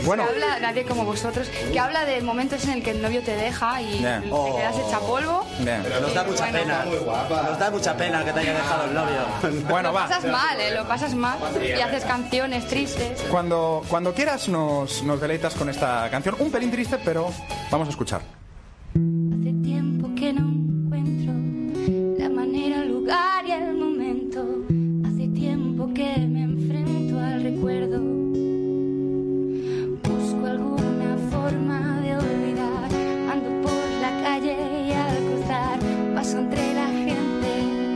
Speaker 3: Bueno,
Speaker 4: Que habla nadie como vosotros, que habla de momentos en el que el novio te deja y
Speaker 14: Yeah.
Speaker 4: te
Speaker 14: Oh.
Speaker 4: quedas hecha polvo.
Speaker 14: Pero nos da mucha
Speaker 4: Bueno.
Speaker 14: pena. Nos da mucha pena que te haya dejado el novio.
Speaker 3: Bueno,
Speaker 4: lo pasas mal, ¿eh? Lo pasas mal y haces canciones tristes.
Speaker 3: Cuando, cuando quieras nos, nos deleitas con esta canción. Un pelín triste, pero vamos a escuchar.
Speaker 16: Hace tiempo que no encuentro la manera, el lugar y el momento. Hace tiempo que me enfrento al recuerdo. Busco alguna forma de olvidar. Ando por la calle y al cruzar paso entre la gente y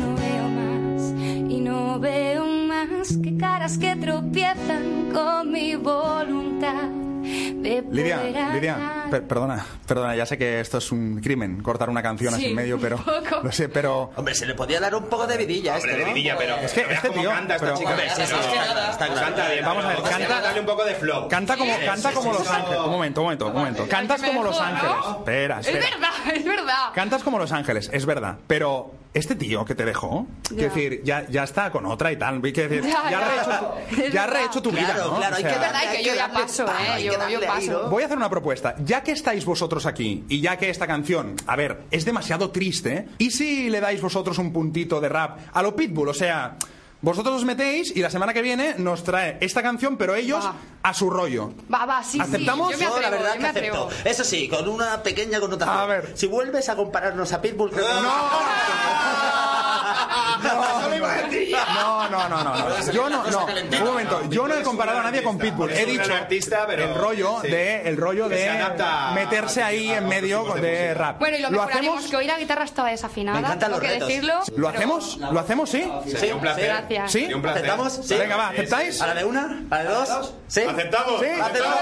Speaker 16: no veo más. Y no veo más que caras que tropiezan con mi voluntad. de poder
Speaker 3: Lidia,
Speaker 16: amar.
Speaker 3: Lidia, per- perdona, perdona, ya sé que esto es un crimen, cortar una canción así
Speaker 14: Sí,
Speaker 3: en medio,
Speaker 14: un
Speaker 3: pero...
Speaker 14: poco.
Speaker 3: Lo sé, pero...
Speaker 14: Hombre, se le podía dar un poco de vidilla a
Speaker 3: Hombre,
Speaker 14: este,
Speaker 3: de
Speaker 14: ¿no?
Speaker 3: vidilla, pero- Es que
Speaker 14: veas
Speaker 3: este
Speaker 14: cómo
Speaker 3: tío- pero- Hombre,
Speaker 14: Hombre,
Speaker 3: sí,
Speaker 14: sí,
Speaker 3: sí,
Speaker 14: no,
Speaker 3: está claro,
Speaker 14: está claro.
Speaker 3: Canta bien, vamos a ver, canta-
Speaker 15: Dale un poco de flow.
Speaker 3: Canta como,
Speaker 15: Sí,
Speaker 3: canta
Speaker 15: sí,
Speaker 3: como
Speaker 15: sí,
Speaker 3: Los
Speaker 15: sí.
Speaker 3: Ángeles. Un momento, un momento, un momento. Cantas como Los
Speaker 4: dejó, ¿no?
Speaker 3: Ángeles. Espera,
Speaker 4: Es
Speaker 3: espera.
Speaker 4: verdad, es verdad.
Speaker 3: Cantas como Los Ángeles, es verdad. Pero este tío que te dejó,
Speaker 4: Ya.
Speaker 3: quiero decir, ya, ya está con otra y tal. Quiero decir,
Speaker 4: Ya,
Speaker 3: ya,
Speaker 4: ya.
Speaker 3: has rehecho,
Speaker 4: Es
Speaker 3: ya has
Speaker 4: verdad.
Speaker 3: rehecho tu vida,
Speaker 4: Claro,
Speaker 3: ¿no?
Speaker 4: claro, hay que darle- hay que yo ya
Speaker 14: darle
Speaker 4: paso,
Speaker 14: palo,
Speaker 4: ¿eh?
Speaker 14: hay
Speaker 4: Yo-
Speaker 14: que
Speaker 4: yo
Speaker 14: darle
Speaker 4: paso.
Speaker 14: ¿no?
Speaker 3: Voy a hacer una propuesta. Ya que estáis vosotros aquí y ya que esta canción, a ver, es demasiado triste, ¿y si le dais vosotros un puntito de rap a lo Pitbull? O sea, vosotros os metéis y la semana que viene nos trae esta canción, pero ellos a su rollo.
Speaker 4: Va, va, sí,
Speaker 3: ¿Aceptamos?
Speaker 4: sí. Yo me atrevo,
Speaker 14: la verdad
Speaker 4: yo
Speaker 14: que
Speaker 4: me atrevo.
Speaker 14: acepto. Eso sí, con una pequeña connotación. A ver. Si vuelves a compararnos a Pitbull, creo que no.
Speaker 3: No, no, no, no, no. Yo no, no. Un momento, yo no he comparado a nadie con Pitbull. He
Speaker 15: Es un
Speaker 3: dicho
Speaker 15: artista, pero-
Speaker 3: el rollo
Speaker 15: sí.
Speaker 3: de el rollo
Speaker 15: Que se
Speaker 3: de
Speaker 15: adapta a-
Speaker 3: meterse ahí en medio de rap.
Speaker 4: Bueno, y lo
Speaker 3: Lo
Speaker 4: mejoraremos,
Speaker 3: hacemos
Speaker 4: que hoy la guitarra estaba desafinada. tengo que decirlo. pero-
Speaker 3: ¿Lo hacemos? ¿Lo hacemos, sí?
Speaker 14: Sí, un placer.
Speaker 4: Gracias.
Speaker 3: ¿Sí?
Speaker 14: Un placer. ¿Aceptamos? Sí.
Speaker 3: Venga, va,
Speaker 14: Sí, sí.
Speaker 3: ¿aceptáis?
Speaker 14: ¿A la de una? ¿A la de dos? ¿Sí?
Speaker 3: ¿Aceptamos?
Speaker 14: ¿Sí?
Speaker 3: ¿Aceptamos?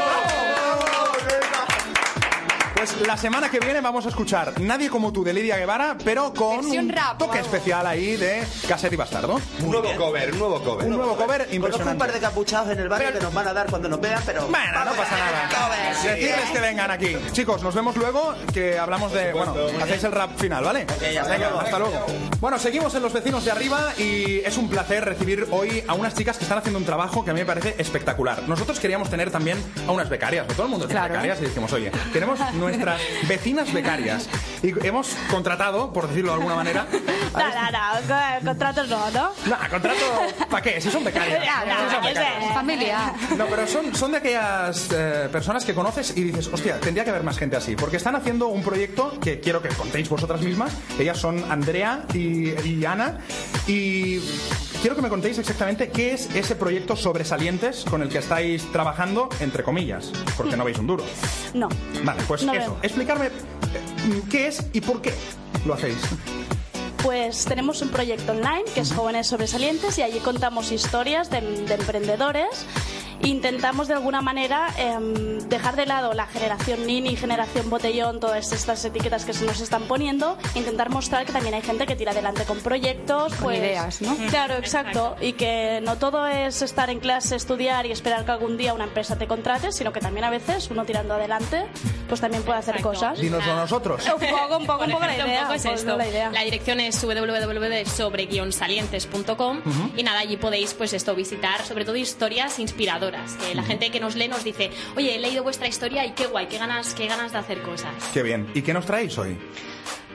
Speaker 3: Pues la semana que viene vamos a escuchar Nadie como tú de Lidia Guevara, pero con
Speaker 4: Versión
Speaker 3: un
Speaker 4: rap o
Speaker 3: toque
Speaker 4: algo.
Speaker 3: especial ahí de Cassette y Bastardo.
Speaker 15: Un nuevo cover, un nuevo cover.
Speaker 3: Un nuevo cover
Speaker 14: Conozco un
Speaker 3: impresionante.
Speaker 14: par de capuchados en el barrio que nos van a dar cuando nos vean, pero...
Speaker 3: Bueno, no pasa nada.
Speaker 14: Sí.
Speaker 3: Decirles que vengan aquí. Chicos, nos vemos luego, que hablamos de... Bueno, hacéis el rap final, ¿vale?
Speaker 14: hasta
Speaker 3: Venga,
Speaker 14: luego.
Speaker 3: hasta luego. Bueno, seguimos en Los Vecinos de Arriba y es un placer recibir hoy a unas chicas que están haciendo un trabajo que a mí me parece espectacular. Nosotros queríamos tener también a unas becarias, ¿no? todo el mundo tiene
Speaker 4: Claro.
Speaker 3: becarias y decimos, oye, tenemos nuestras vecinas becarias. Y hemos contratado, por decirlo de alguna manera,
Speaker 17: No, no, no, co- contratos no, ¿no?
Speaker 3: No, contrato, ¿para qué? Si son becarias.
Speaker 17: Ya, ya,
Speaker 3: Si son
Speaker 17: yo
Speaker 3: becarias.
Speaker 17: sé.
Speaker 4: Familia.
Speaker 3: No, pero son, son de aquellas eh, personas que conoces y dices, hostia, tendría que haber más gente así. Porque están haciendo un proyecto que quiero que contéis vosotras mismas. Ellas son Andrea y, y Ana. Y quiero que me contéis exactamente qué es ese proyecto sobresalientes con el que estáis trabajando, entre comillas. Porque no veis un duro.
Speaker 17: No.
Speaker 3: Vale, pues
Speaker 17: No
Speaker 3: eso.
Speaker 17: veo.
Speaker 3: Explicarme eh, qué es y por qué lo hacéis.
Speaker 17: Pues tenemos un proyecto online que es Jóvenes Sobresalientes y allí contamos historias de, de emprendedores. Intentamos de alguna manera em, dejar de lado la generación Nini, generación Botellón, todas estas etiquetas que se nos están poniendo, e intentar mostrar que también hay gente que tira adelante con proyectos,
Speaker 4: Con
Speaker 17: pues-
Speaker 4: ideas, ¿no?
Speaker 17: Claro, exacto, y que no todo es estar en clase, estudiar y esperar que algún día una empresa te contrate, sino que también a veces uno tirando adelante, pues también puede hacer cosas.
Speaker 3: Dínoslo a nosotros.
Speaker 17: Un poco, un poco,
Speaker 18: Por
Speaker 17: un poco la
Speaker 18: ejemplo,
Speaker 17: idea,
Speaker 18: un poco es
Speaker 17: un poco
Speaker 18: esto.
Speaker 17: la idea.
Speaker 18: dirección es www.sobre-salientes.com
Speaker 17: Ujú.
Speaker 18: y nada, allí podéis pues esto visitar, sobre todo historias inspiradoras, que la gente que nos lee nos dice, "Oye, he leído vuestra historia y qué guay, qué ganas, qué ganas de hacer cosas."
Speaker 3: Qué bien. ¿Y qué nos traéis hoy?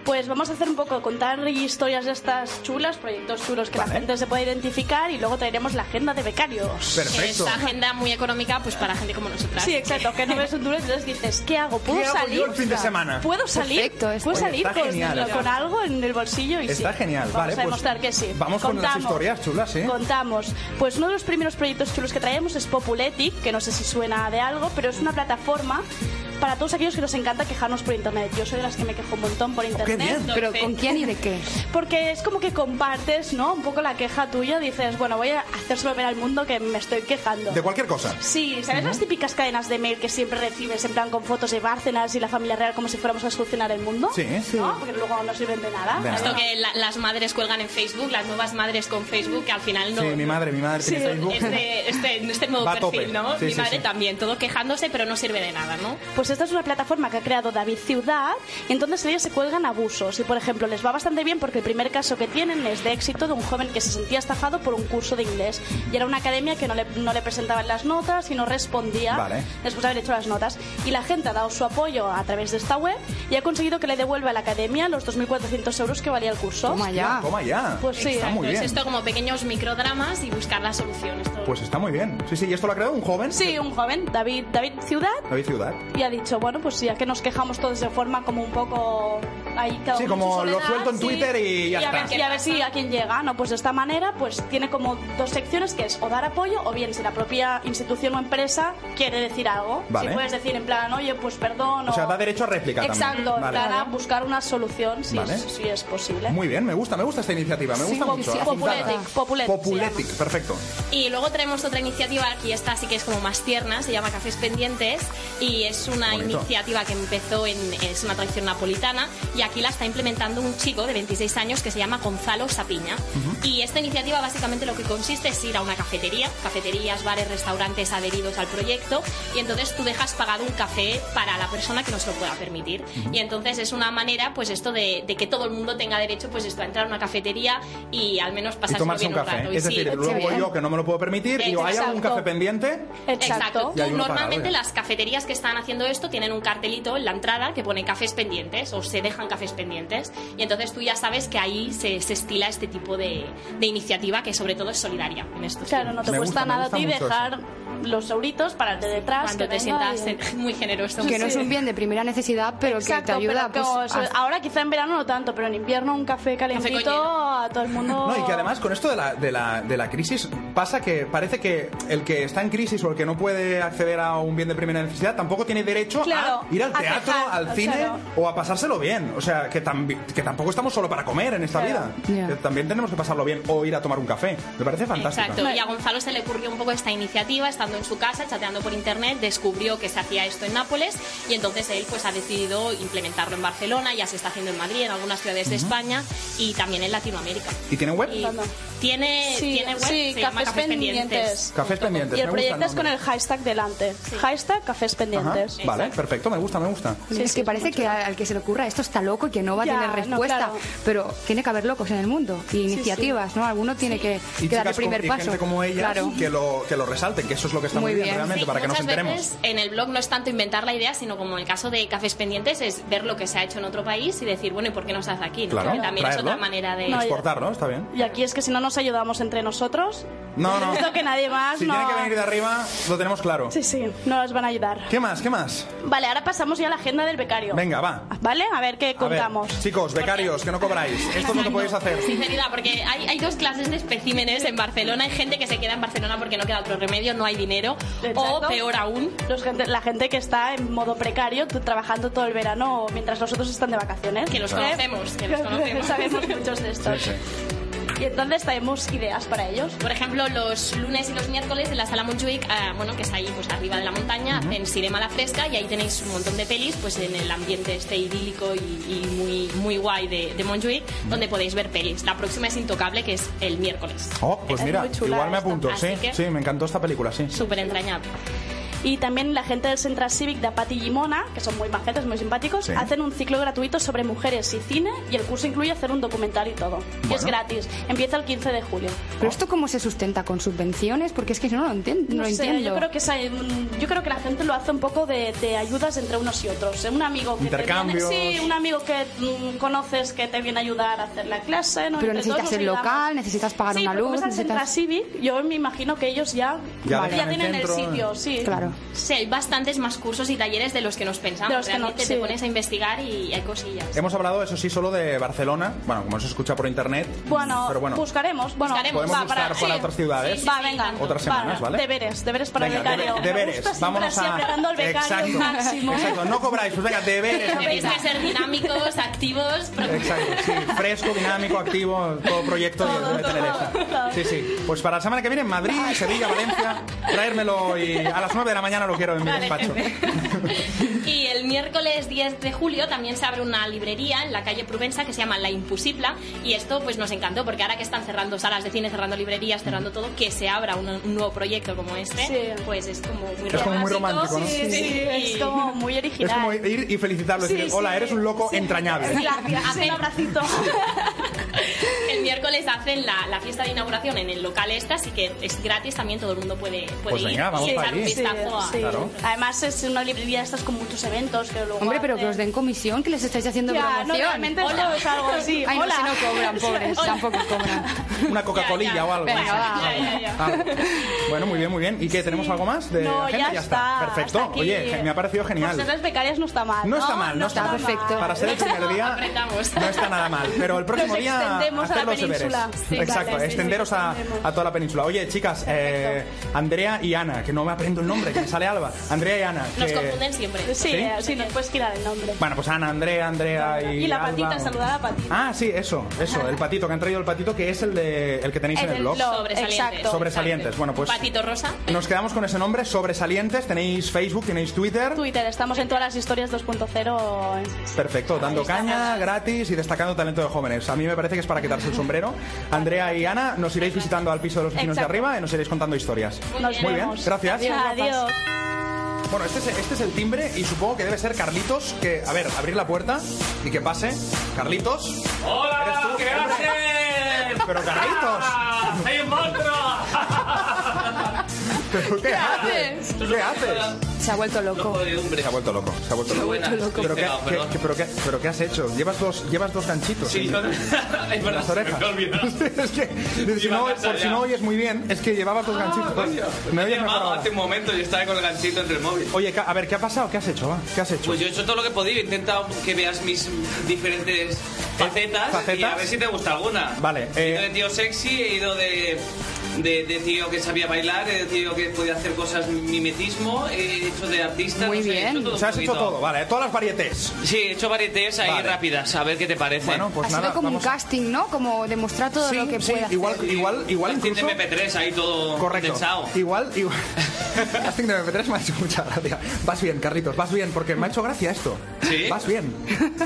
Speaker 17: Pues vamos a hacer un poco, contar historias de estas chulas, proyectos chulos que la gente se puede identificar y luego traeremos la agenda de becarios.
Speaker 18: Perfecto. Esta agenda muy económica pues para gente como nosotras.
Speaker 17: Sí, exacto, que no ves un duro y entonces dices, ¿qué hago? ¿Puedo
Speaker 18: ¿Qué hago yo
Speaker 17: salir?
Speaker 18: el fin de semana?
Speaker 17: ¿Puedo salir?
Speaker 18: Perfecto, está-
Speaker 17: ¿Puedo
Speaker 3: Oye,
Speaker 17: salir
Speaker 3: está
Speaker 17: con,
Speaker 3: genial. ¿eh?
Speaker 17: con algo en el bolsillo? Y
Speaker 3: Está
Speaker 17: sí.
Speaker 3: genial,
Speaker 17: Vamos
Speaker 3: vale,
Speaker 17: a
Speaker 3: pues
Speaker 17: demostrar que sí.
Speaker 3: vamos con las historias chulas, ¿eh?
Speaker 17: Contamos. Pues uno de los primeros proyectos chulos que traemos es Populetic, que no sé si suena de algo, pero es una plataforma para todos aquellos que nos encanta quejarnos por internet. Yo soy de las que me quejo un montón
Speaker 3: Oh,
Speaker 17: por internet.
Speaker 4: Pero ¿con quién y de qué?
Speaker 17: Porque es como que compartes, ¿no? Un poco la queja tuya, dices, bueno, voy a hacérselo ver al mundo que me estoy quejando.
Speaker 3: De cualquier cosa.
Speaker 17: Sí, ¿sabes las típicas cadenas de mail que siempre recibes en plan con fotos de Bárcenas y la familia real como si fuéramos a solucionar el mundo?
Speaker 3: Sí, sí.
Speaker 17: ¿No? Porque luego no sirven de nada.
Speaker 3: De
Speaker 18: Esto
Speaker 3: nada.
Speaker 18: que la- las madres cuelgan en Facebook, las nuevas madres con Facebook, que al final no.
Speaker 3: Sí, mi madre, mi madre tiene
Speaker 18: Sí,
Speaker 3: Facebook.
Speaker 18: Este, este, este nuevo
Speaker 3: Va a tope.
Speaker 18: perfil, ¿no?
Speaker 3: Sí,
Speaker 18: mi
Speaker 3: sí,
Speaker 18: madre
Speaker 3: sí.
Speaker 18: también, todo quejándose, pero no sirve de nada, ¿no?
Speaker 17: Pues esta es una plataforma que ha creado David Ciudad y entonces ellos se cuelgan abusos. Y por ejemplo, les va bastante bien porque el primer caso que tienen es de éxito de un joven que se sentía estafado por un curso de inglés. Y era una academia que no le, no le presentaban las notas y no respondía
Speaker 19: Vale.
Speaker 17: después de haber hecho las notas. Y la gente ha dado su apoyo a través de esta web y ha conseguido que le devuelva a la academia los 2.400 euros que valía el curso.
Speaker 3: Toma ya. Hostia, toma ya.
Speaker 17: Pues sí.
Speaker 3: Está muy
Speaker 18: Entonces,
Speaker 3: bien.
Speaker 18: esto como pequeños microdramas y buscar la solución. Esto
Speaker 3: Pues está muy bien. Sí, sí, ¿y esto lo ha creado un joven?
Speaker 17: Sí, un joven, David, David Ciudad,
Speaker 3: David Ciudad.
Speaker 17: y ha dicho, bueno, pues ya que nos quejamos todos de forma como un poco ahí cada
Speaker 3: Sí,
Speaker 17: uno en
Speaker 3: como
Speaker 17: su soledad,
Speaker 3: lo suelto en
Speaker 17: sí.
Speaker 3: Twitter y ya
Speaker 17: a
Speaker 3: está.
Speaker 17: ver, y a ver si a quién llega, ¿no? Pues de esta manera, pues tiene como dos secciones que es o dar apoyo o bien si la propia institución o empresa quiere decir algo.
Speaker 3: Vale.
Speaker 17: Si puedes decir en plan, oye, pues perdón
Speaker 3: O sea, da derecho a réplica también.
Speaker 17: Exacto, en
Speaker 3: Vale.
Speaker 17: plan a buscar una solución si,
Speaker 3: Vale.
Speaker 17: es, si es posible.
Speaker 3: Muy bien, me gusta, me gusta esta iniciativa, me
Speaker 17: Sí,
Speaker 3: gusta
Speaker 17: sí,
Speaker 3: mucho.
Speaker 17: sí,
Speaker 3: apuntada.
Speaker 17: Populetic, Populetic se
Speaker 3: Populetic, perfecto.
Speaker 18: Y luego tenemos otra iniciativa, aquí esta sí que es como más tierna, se llama Cafés Pendientes y es una
Speaker 3: Bonito.
Speaker 18: iniciativa que empezó en es una tradición napolitana y aquí la está implementando un chico de 26 años que se llama Gonzalo Sapiña. Y esta iniciativa básicamente lo que consiste es ir a una cafetería, cafeterías, bares, restaurantes adheridos al proyecto y entonces tú dejas pagado un café para la persona que nos lo pueda permitir.
Speaker 19: Ujú.
Speaker 18: Y entonces es una manera pues esto de, de que todo el mundo tenga derecho pues esto a entrar a una cafetería y al menos
Speaker 3: Y
Speaker 18: pasar
Speaker 3: tomarse
Speaker 18: bien
Speaker 3: un
Speaker 18: un,
Speaker 3: café.
Speaker 18: rato. Y
Speaker 3: es
Speaker 18: sí,
Speaker 3: decir, luego voy yo que no me lo puedo permitir, digo, ¿hay algún
Speaker 18: Exacto.
Speaker 3: café pendiente?
Speaker 18: Exacto.
Speaker 3: Y hay uno
Speaker 18: Normalmente
Speaker 3: pagado, ya.
Speaker 18: las cafeterías que están haciendo esto tienen un cartelito en la entrada que pone cafés pendientes o se dejan cafés pendientes y entonces tú ya sabes que ahí se, se estila este tipo de, de iniciativa que sobre todo es solidaria en estos
Speaker 17: Claro, no te cuesta nada a ti dejar los euritos para el de detrás.
Speaker 18: Cuando
Speaker 17: que
Speaker 18: te
Speaker 17: venga
Speaker 18: sientas
Speaker 17: y-
Speaker 18: muy generoso.
Speaker 4: Que no es un bien de primera necesidad, pero que te
Speaker 17: Exacto,
Speaker 4: ayuda
Speaker 17: pero ah,
Speaker 4: pues,
Speaker 17: como-
Speaker 4: a-
Speaker 17: ahora quizá en verano no tanto, pero en invierno un café calentito a todo el mundo.
Speaker 3: No, y que además con esto de la, de, la, de la crisis pasa que parece que el que está en crisis o el que no puede acceder a un bien de primera necesidad tampoco tiene derecho
Speaker 17: Claro,
Speaker 3: a ir al
Speaker 17: a
Speaker 3: teatro,
Speaker 17: quejar,
Speaker 3: al cine
Speaker 17: claro.
Speaker 3: o a pasárselo bien. O sea, que, tambi- que tampoco estamos solo para comer en esta
Speaker 18: Claro.
Speaker 3: vida. Que También tenemos que pasarlo bien o ir a tomar un café. Me parece fantástico.
Speaker 18: Exacto, y a Gonzalo se le ocurrió un poco esta iniciativa, estando en su casa, chateando por internet, descubrió que se hacía esto en Nápoles y entonces él pues ha decidido implementarlo en Barcelona, ya se está haciendo en Madrid, en algunas ciudades de
Speaker 3: Ujú.
Speaker 18: España y también en Latinoamérica.
Speaker 3: ¿Y tiene web?
Speaker 18: Y Tiene,
Speaker 17: Sí,
Speaker 18: tiene web,
Speaker 17: sí,
Speaker 18: se llama
Speaker 17: Cafés
Speaker 18: Cafés Pendientes.
Speaker 17: Pendientes.
Speaker 3: Cafés pendientes.
Speaker 17: Y el
Speaker 3: me gusta
Speaker 17: proyecto es con el hashtag delante. Hashtag Cafés
Speaker 3: nombre. Ajá,
Speaker 17: Pendientes.
Speaker 3: Vale, perfecto, me gusta, me gusta.
Speaker 4: es que parece que al que se le ocurra esto está loco y que no va
Speaker 17: Ya,
Speaker 4: a tener
Speaker 17: no,
Speaker 4: respuesta,
Speaker 17: claro.
Speaker 4: pero tiene que haber locos en el mundo y
Speaker 17: sí.
Speaker 4: iniciativas, ¿no? Alguno tiene que,
Speaker 3: Y
Speaker 4: que dar el
Speaker 3: chicas como-
Speaker 4: primer
Speaker 3: y
Speaker 4: paso.
Speaker 3: gente como ellas
Speaker 4: claro.
Speaker 3: que, lo, que lo resalten, que eso es lo que está muy, bien, realmente,
Speaker 18: Sí,
Speaker 3: para que nos
Speaker 18: muchas
Speaker 3: enteremos.
Speaker 18: veces en el blog no es tanto inventar la idea, sino como en el caso de Cafés Pendientes, es ver lo que se ha hecho en otro país y decir, bueno, ¿y por qué no se hace aquí? no?
Speaker 3: Claro,
Speaker 18: Porque también
Speaker 3: traerlo,
Speaker 18: es otra manera de...
Speaker 3: Exportarlo, está bien.
Speaker 17: Y aquí es que si no nos ayudamos entre nosotros,
Speaker 3: No, no.
Speaker 17: esto que nadie más
Speaker 3: Si
Speaker 17: no...
Speaker 3: tiene que venir de arriba, lo tenemos claro.
Speaker 17: Sí, sí, no nos van a ayudar.
Speaker 3: ¿Qué más? ¿Qué más?
Speaker 17: Vale, ahora pasamos ya a la agenda del becario.
Speaker 3: Venga, va.
Speaker 17: ¿Vale? A ver qué
Speaker 3: A ver,
Speaker 17: contamos.
Speaker 3: chicos, becarios, que no cobráis. Esto no lo podéis hacer.
Speaker 18: Sinceridad, porque hay, hay dos clases de especímenes en Barcelona. Hay gente que se queda en Barcelona porque no queda otro remedio, no hay dinero. O peor aún,
Speaker 17: los gente- la gente que está en modo precario t- trabajando todo el verano mientras los otros están de vacaciones.
Speaker 18: que los
Speaker 17: ¿Eh?
Speaker 18: conocemos, que los conocemos.
Speaker 17: Sabemos muchos de estos. Y entonces traemos ideas para ellos.
Speaker 18: Por ejemplo, los lunes y los miércoles en la sala Montjuic, ah, bueno, que es ahí pues arriba de la montaña, en Cinema La Fresca y ahí tenéis un montón de pelis pues en el ambiente este idílico y, y muy muy guay de, de Montjuic, donde podéis ver pelis. La próxima es Intocable, que es el miércoles.
Speaker 3: Oh, pues
Speaker 18: Es
Speaker 3: mira,
Speaker 18: muy chula
Speaker 3: igual me
Speaker 18: esta.
Speaker 3: apunto,
Speaker 18: Así
Speaker 3: sí.
Speaker 18: que-
Speaker 3: Sí, me encantó esta película, sí.
Speaker 18: Súper entrañable.
Speaker 17: Y también la gente del Centro Cívic de Apati y Limona, que son muy majetes, muy simpáticos,
Speaker 3: Sí.
Speaker 17: hacen un ciclo gratuito sobre mujeres y cine y el curso incluye hacer un documental y todo. Y es
Speaker 4: Bueno.
Speaker 17: gratis. Empieza el 15 de julio.
Speaker 4: Pero esto cómo se sustenta con subvenciones, porque es que yo no lo, enten- no
Speaker 17: No
Speaker 4: lo
Speaker 17: sé,
Speaker 4: entiendo.
Speaker 17: Yo creo, que es, eh, mm, yo creo que la gente lo hace un poco de, de ayudas entre unos y otros. Un amigo que te
Speaker 4: Intercambios.
Speaker 17: viene- sí, un amigo que mm, conoces que te viene a ayudar a hacer la clase. ¿no?
Speaker 4: Pero
Speaker 17: Entre todos
Speaker 4: necesitas
Speaker 17: nos
Speaker 4: el
Speaker 17: ayudamos.
Speaker 4: local, necesitas pagar
Speaker 17: Sí,
Speaker 4: una
Speaker 17: porque como
Speaker 4: luz,
Speaker 17: es el Centra
Speaker 4: necesitas...
Speaker 17: Civic, yo me imagino que ellos ya,
Speaker 4: Ya dejan el
Speaker 17: tienen el,
Speaker 4: centro,
Speaker 3: eh.
Speaker 17: sitio, sí.
Speaker 4: Claro.
Speaker 18: Sí, hay bastantes más cursos y talleres de los que nos pensamos.
Speaker 17: De los que no-
Speaker 18: Realmente te
Speaker 17: sí.
Speaker 18: pones a investigar y hay cosillas.
Speaker 3: Hemos hablado, eso sí, solo de Barcelona. Bueno, como se escucha por internet.
Speaker 17: Bueno,
Speaker 3: pero bueno.
Speaker 17: buscaremos. Bueno,
Speaker 3: Podemos buscar para, otras ciudades.
Speaker 17: Va, venga.
Speaker 3: Otras
Speaker 17: va,
Speaker 3: semanas, ¿vale?
Speaker 17: Deberes, deberes para
Speaker 3: Venga,
Speaker 17: el becario. Me
Speaker 3: debe-
Speaker 17: gusta
Speaker 3: deberes.
Speaker 17: siempre
Speaker 3: Vamos
Speaker 17: así,
Speaker 3: a.
Speaker 17: apretando el becario al
Speaker 3: exacto,
Speaker 17: máximo.
Speaker 3: exacto. No cobráis, pues venga, deberes.
Speaker 18: Tenéis que ser dinámicos, activos,
Speaker 3: Exacto, sí, fresco, dinámico, activo, todo proyecto y debe tener esa. Sí, sí. Pues para la semana que viene en Madrid, Sevilla, Valencia, traérmelo y a las 9 de la mañana lo quiero en mi
Speaker 18: Vale,
Speaker 3: despacho.
Speaker 18: Y el miércoles 10 de julio también se abre una librería en la calle Provenza que se llama La Impusibla y esto pues nos encantó porque ahora que están cerrando salas de cine, cerrando librerías, cerrando todo, que se abra un, un nuevo proyecto como este, pues es como muy
Speaker 3: Es como muy romántico, ¿no?
Speaker 18: Sí,
Speaker 3: Sí,
Speaker 18: sí,
Speaker 3: sí,
Speaker 17: es
Speaker 18: Y-
Speaker 17: como muy
Speaker 3: Es
Speaker 17: original.
Speaker 3: como ir y felicitarlo,
Speaker 17: Sí,
Speaker 3: decir, hola,
Speaker 17: sí.
Speaker 3: eres un loco entrañable.
Speaker 17: Gracias, hacen un abracito.
Speaker 18: El miércoles hacen la, la fiesta de inauguración en el local esta, así que es gratis también, todo el mundo puede, puede
Speaker 3: Pues venga,
Speaker 18: ir
Speaker 3: vamos
Speaker 18: y
Speaker 3: para
Speaker 18: echar un
Speaker 3: allí.
Speaker 18: vistazo a...
Speaker 17: Sí.
Speaker 3: Claro.
Speaker 17: Además es una librería de estas con muchos eventos que luego
Speaker 4: Hombre, pero que
Speaker 17: hacen.
Speaker 4: os den comisión, que les estáis haciendo
Speaker 17: Ya,
Speaker 4: promoción.
Speaker 17: no, realmente esto es algo así.
Speaker 4: Ay, no,
Speaker 17: Hola.
Speaker 4: si no cobran, pobres,
Speaker 17: Hola.
Speaker 4: tampoco cobran.
Speaker 3: Una Coca-Colilla o algo.
Speaker 4: Venga,
Speaker 3: no sé.
Speaker 4: va.
Speaker 3: Vale.
Speaker 4: Ya, ya, ya.
Speaker 3: Ah, Bueno, muy bien, muy bien. ¿Y qué? ¿Tenemos algo más de
Speaker 17: No,
Speaker 3: agenda?
Speaker 17: ya está,
Speaker 3: Perfecto.
Speaker 17: hasta aquí.
Speaker 3: Oye, ge- me ha parecido genial.
Speaker 17: Por ser las becarias no está mal.
Speaker 3: No está mal, no está mal. Para ser el primer día,
Speaker 17: Apretamos.
Speaker 3: No está nada mal, pero el próximo
Speaker 17: Nos
Speaker 3: día
Speaker 17: extendemos a
Speaker 3: hacer
Speaker 17: la
Speaker 3: los deberes.
Speaker 17: península. Sí,
Speaker 3: Exacto,
Speaker 17: vale, sí,
Speaker 3: extenderos
Speaker 17: sí,
Speaker 3: a,
Speaker 17: extendemos.
Speaker 3: a toda la península. Oye, chicas, eh, Andrea y Ana, que no me aprendo el nombre, que me sale Alba. Andrea y Ana.
Speaker 17: Nos
Speaker 3: que-
Speaker 17: confunden siempre. Sí,
Speaker 3: ¿Sí?
Speaker 17: eh, sí, nos puedes quitar el nombre.
Speaker 3: Bueno, pues Ana, Andrea, Andrea y
Speaker 17: Y la patita,
Speaker 3: Alba.
Speaker 17: saludar a la patita.
Speaker 3: Ah, sí, eso, eso, el patito, que han traído el patito, que es el, de, el que tenéis
Speaker 18: El
Speaker 3: en el
Speaker 18: del
Speaker 3: blog.
Speaker 18: blog, Sobresalientes. exacto.
Speaker 3: Sobresalientes, bueno, pues
Speaker 18: Patito Rosa.
Speaker 3: nos quedamos con ese nombre, sobresalientes, tenéis Facebook, tenéis Twitter.
Speaker 17: Twitter, estamos en todas las historias 2.0.
Speaker 3: Perfecto, dando caña, gratis y destacando talento de jóvenes. A mí me parece que es para quitarse el sombrero. Andrea y Ana, nos iréis visitando al piso de los vecinos
Speaker 17: Exacto.
Speaker 3: de arriba y nos iréis contando historias.
Speaker 17: Nos
Speaker 3: Muy bien,
Speaker 17: vemos.
Speaker 3: gracias.
Speaker 17: Adiós.
Speaker 3: Bueno, este es, este es el timbre y supongo que debe ser Carlitos, que, a ver, abrir la puerta y que pase. Carlitos.
Speaker 5: ¡Hola!
Speaker 3: ¿Eres tú?
Speaker 5: ¿Qué haces?
Speaker 3: Pero Carlitos.
Speaker 5: Ah, ¡Soy un monstruo!
Speaker 3: ¿Pero qué haces? ¿Qué haces?
Speaker 4: Se ha vuelto loco.
Speaker 3: Se ha vuelto loco, se ha vuelto loco.
Speaker 4: vuelto loco.
Speaker 3: ¿Pero, qué,
Speaker 4: Pegado,
Speaker 3: qué- qué- pero qué- pero qué has hecho? Llevas dos, llevas dos ganchitos. en-
Speaker 5: es verdad,
Speaker 3: las orejas.
Speaker 5: me he olvidado.
Speaker 3: es que, si
Speaker 5: Iba
Speaker 3: no,
Speaker 5: a casa
Speaker 3: por si
Speaker 5: ya.
Speaker 3: no oyes muy bien, es que llevabas
Speaker 17: Ah,
Speaker 3: dos ganchitos. Me oyes mejor ahora.
Speaker 19: hace un momento yo estaba con el ganchito entre el móvil.
Speaker 3: Oye, ca- a ver, ¿qué ha pasado? ¿Qué has hecho? va? ¿Qué has hecho?
Speaker 19: Pues yo he hecho todo lo que he podido, he intentado que veas mis diferentes facetas, y a
Speaker 3: facetas. Eh.
Speaker 19: ver si te gusta alguna.
Speaker 3: Vale,
Speaker 19: He ido de tío sexy, he ido de, de, de tío que sabía bailar, de tío que podía hacer cosas mimetismo, he hecho de artista.
Speaker 4: Muy
Speaker 19: no sé, he hecho
Speaker 4: bien.
Speaker 19: todo
Speaker 3: O sea,
Speaker 19: un
Speaker 3: has hecho
Speaker 19: poquito.
Speaker 3: todo, vale, todas las varietés. pues
Speaker 19: Sí, he hecho varietés ahí rápidas, a ver qué te parece. Bueno,
Speaker 4: ha sido como un casting, ¿no? Como demostrar todo lo que puede
Speaker 3: igual,
Speaker 4: hacer.
Speaker 3: igual, igual incluso...
Speaker 19: MP3 ahí todo
Speaker 3: Correcto.
Speaker 19: condensado.
Speaker 3: Igual, igual. Casting de MP3 me ha hecho mucha gracia. Vas bien, Carlitos, vas bien, porque me ha hecho gracia esto.
Speaker 19: Sí.
Speaker 3: Vas bien.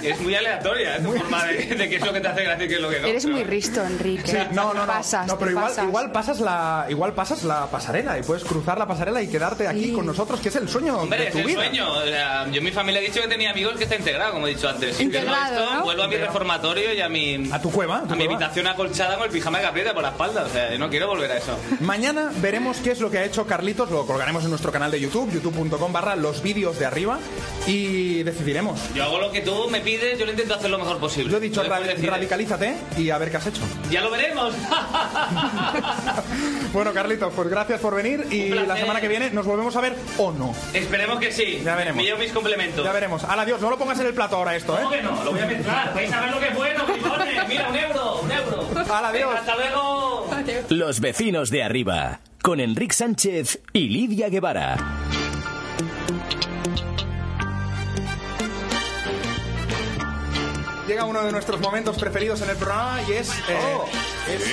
Speaker 19: Es muy aleatoria tu forma de, de qué es lo que te hace gracia y qué es lo que no.
Speaker 4: Eres muy risto, Enrique.
Speaker 3: Sí, no,
Speaker 4: Te
Speaker 3: no, no.
Speaker 4: Pasas,
Speaker 3: no,
Speaker 4: te
Speaker 3: pero igual,
Speaker 4: pasas.
Speaker 3: igual pasas la, igual pasas la pasarela y puedes cruzar la pasarela y quedarte aquí con nosotros, que es el sueño
Speaker 19: Hombre,
Speaker 3: de
Speaker 19: es
Speaker 3: tu
Speaker 19: el
Speaker 3: vida.
Speaker 19: sueño. O sea, yo en mi familia he dicho que tenía amigos que está integrado, como he dicho antes. Si
Speaker 3: Integrado,
Speaker 19: que no, esto,
Speaker 3: ¿no?
Speaker 19: Vuelvo a mi reformatorio y a mi... A
Speaker 3: tu cueva. A,
Speaker 19: mi habitación acolchada con el pijama de capreta por la espalda. O sea, yo no quiero volver a eso.
Speaker 3: Mañana veremos qué es lo que ha hecho Carlitos, lo colgaremos en nuestro canal de YouTube, youtube.com barra los vídeos de arriba y decidiremos.
Speaker 19: Yo hago lo que tú me pides, yo lo intento hacer lo mejor posible.
Speaker 3: Yo he dicho,
Speaker 19: Después
Speaker 3: ra-
Speaker 19: decides.
Speaker 3: radicalízate y a ver qué has hecho.
Speaker 19: Ya lo veremos.
Speaker 3: Bueno, Carlitos, pues gracias por venir y
Speaker 19: Un placer.
Speaker 3: la semana que viene nos volvemos a ver o no.
Speaker 19: Esperemos que sí. Ya veremos. Me llevo mis complementos.
Speaker 3: Ya veremos. ¿eh? Al adiós, no lo pongas en el plato ahora esto, ¿eh?
Speaker 19: ¿Cómo que no? Lo voy a mezclar. Vais a ver lo que es bueno, frijoles. Mira, un euro, un euro.
Speaker 3: Hala, adiós.
Speaker 19: Venga, hasta luego.
Speaker 2: Los vecinos de arriba, con Enrique Sánchez y Lidia Guevara.
Speaker 3: Llega uno de nuestros momentos preferidos en el programa y es... eh, es-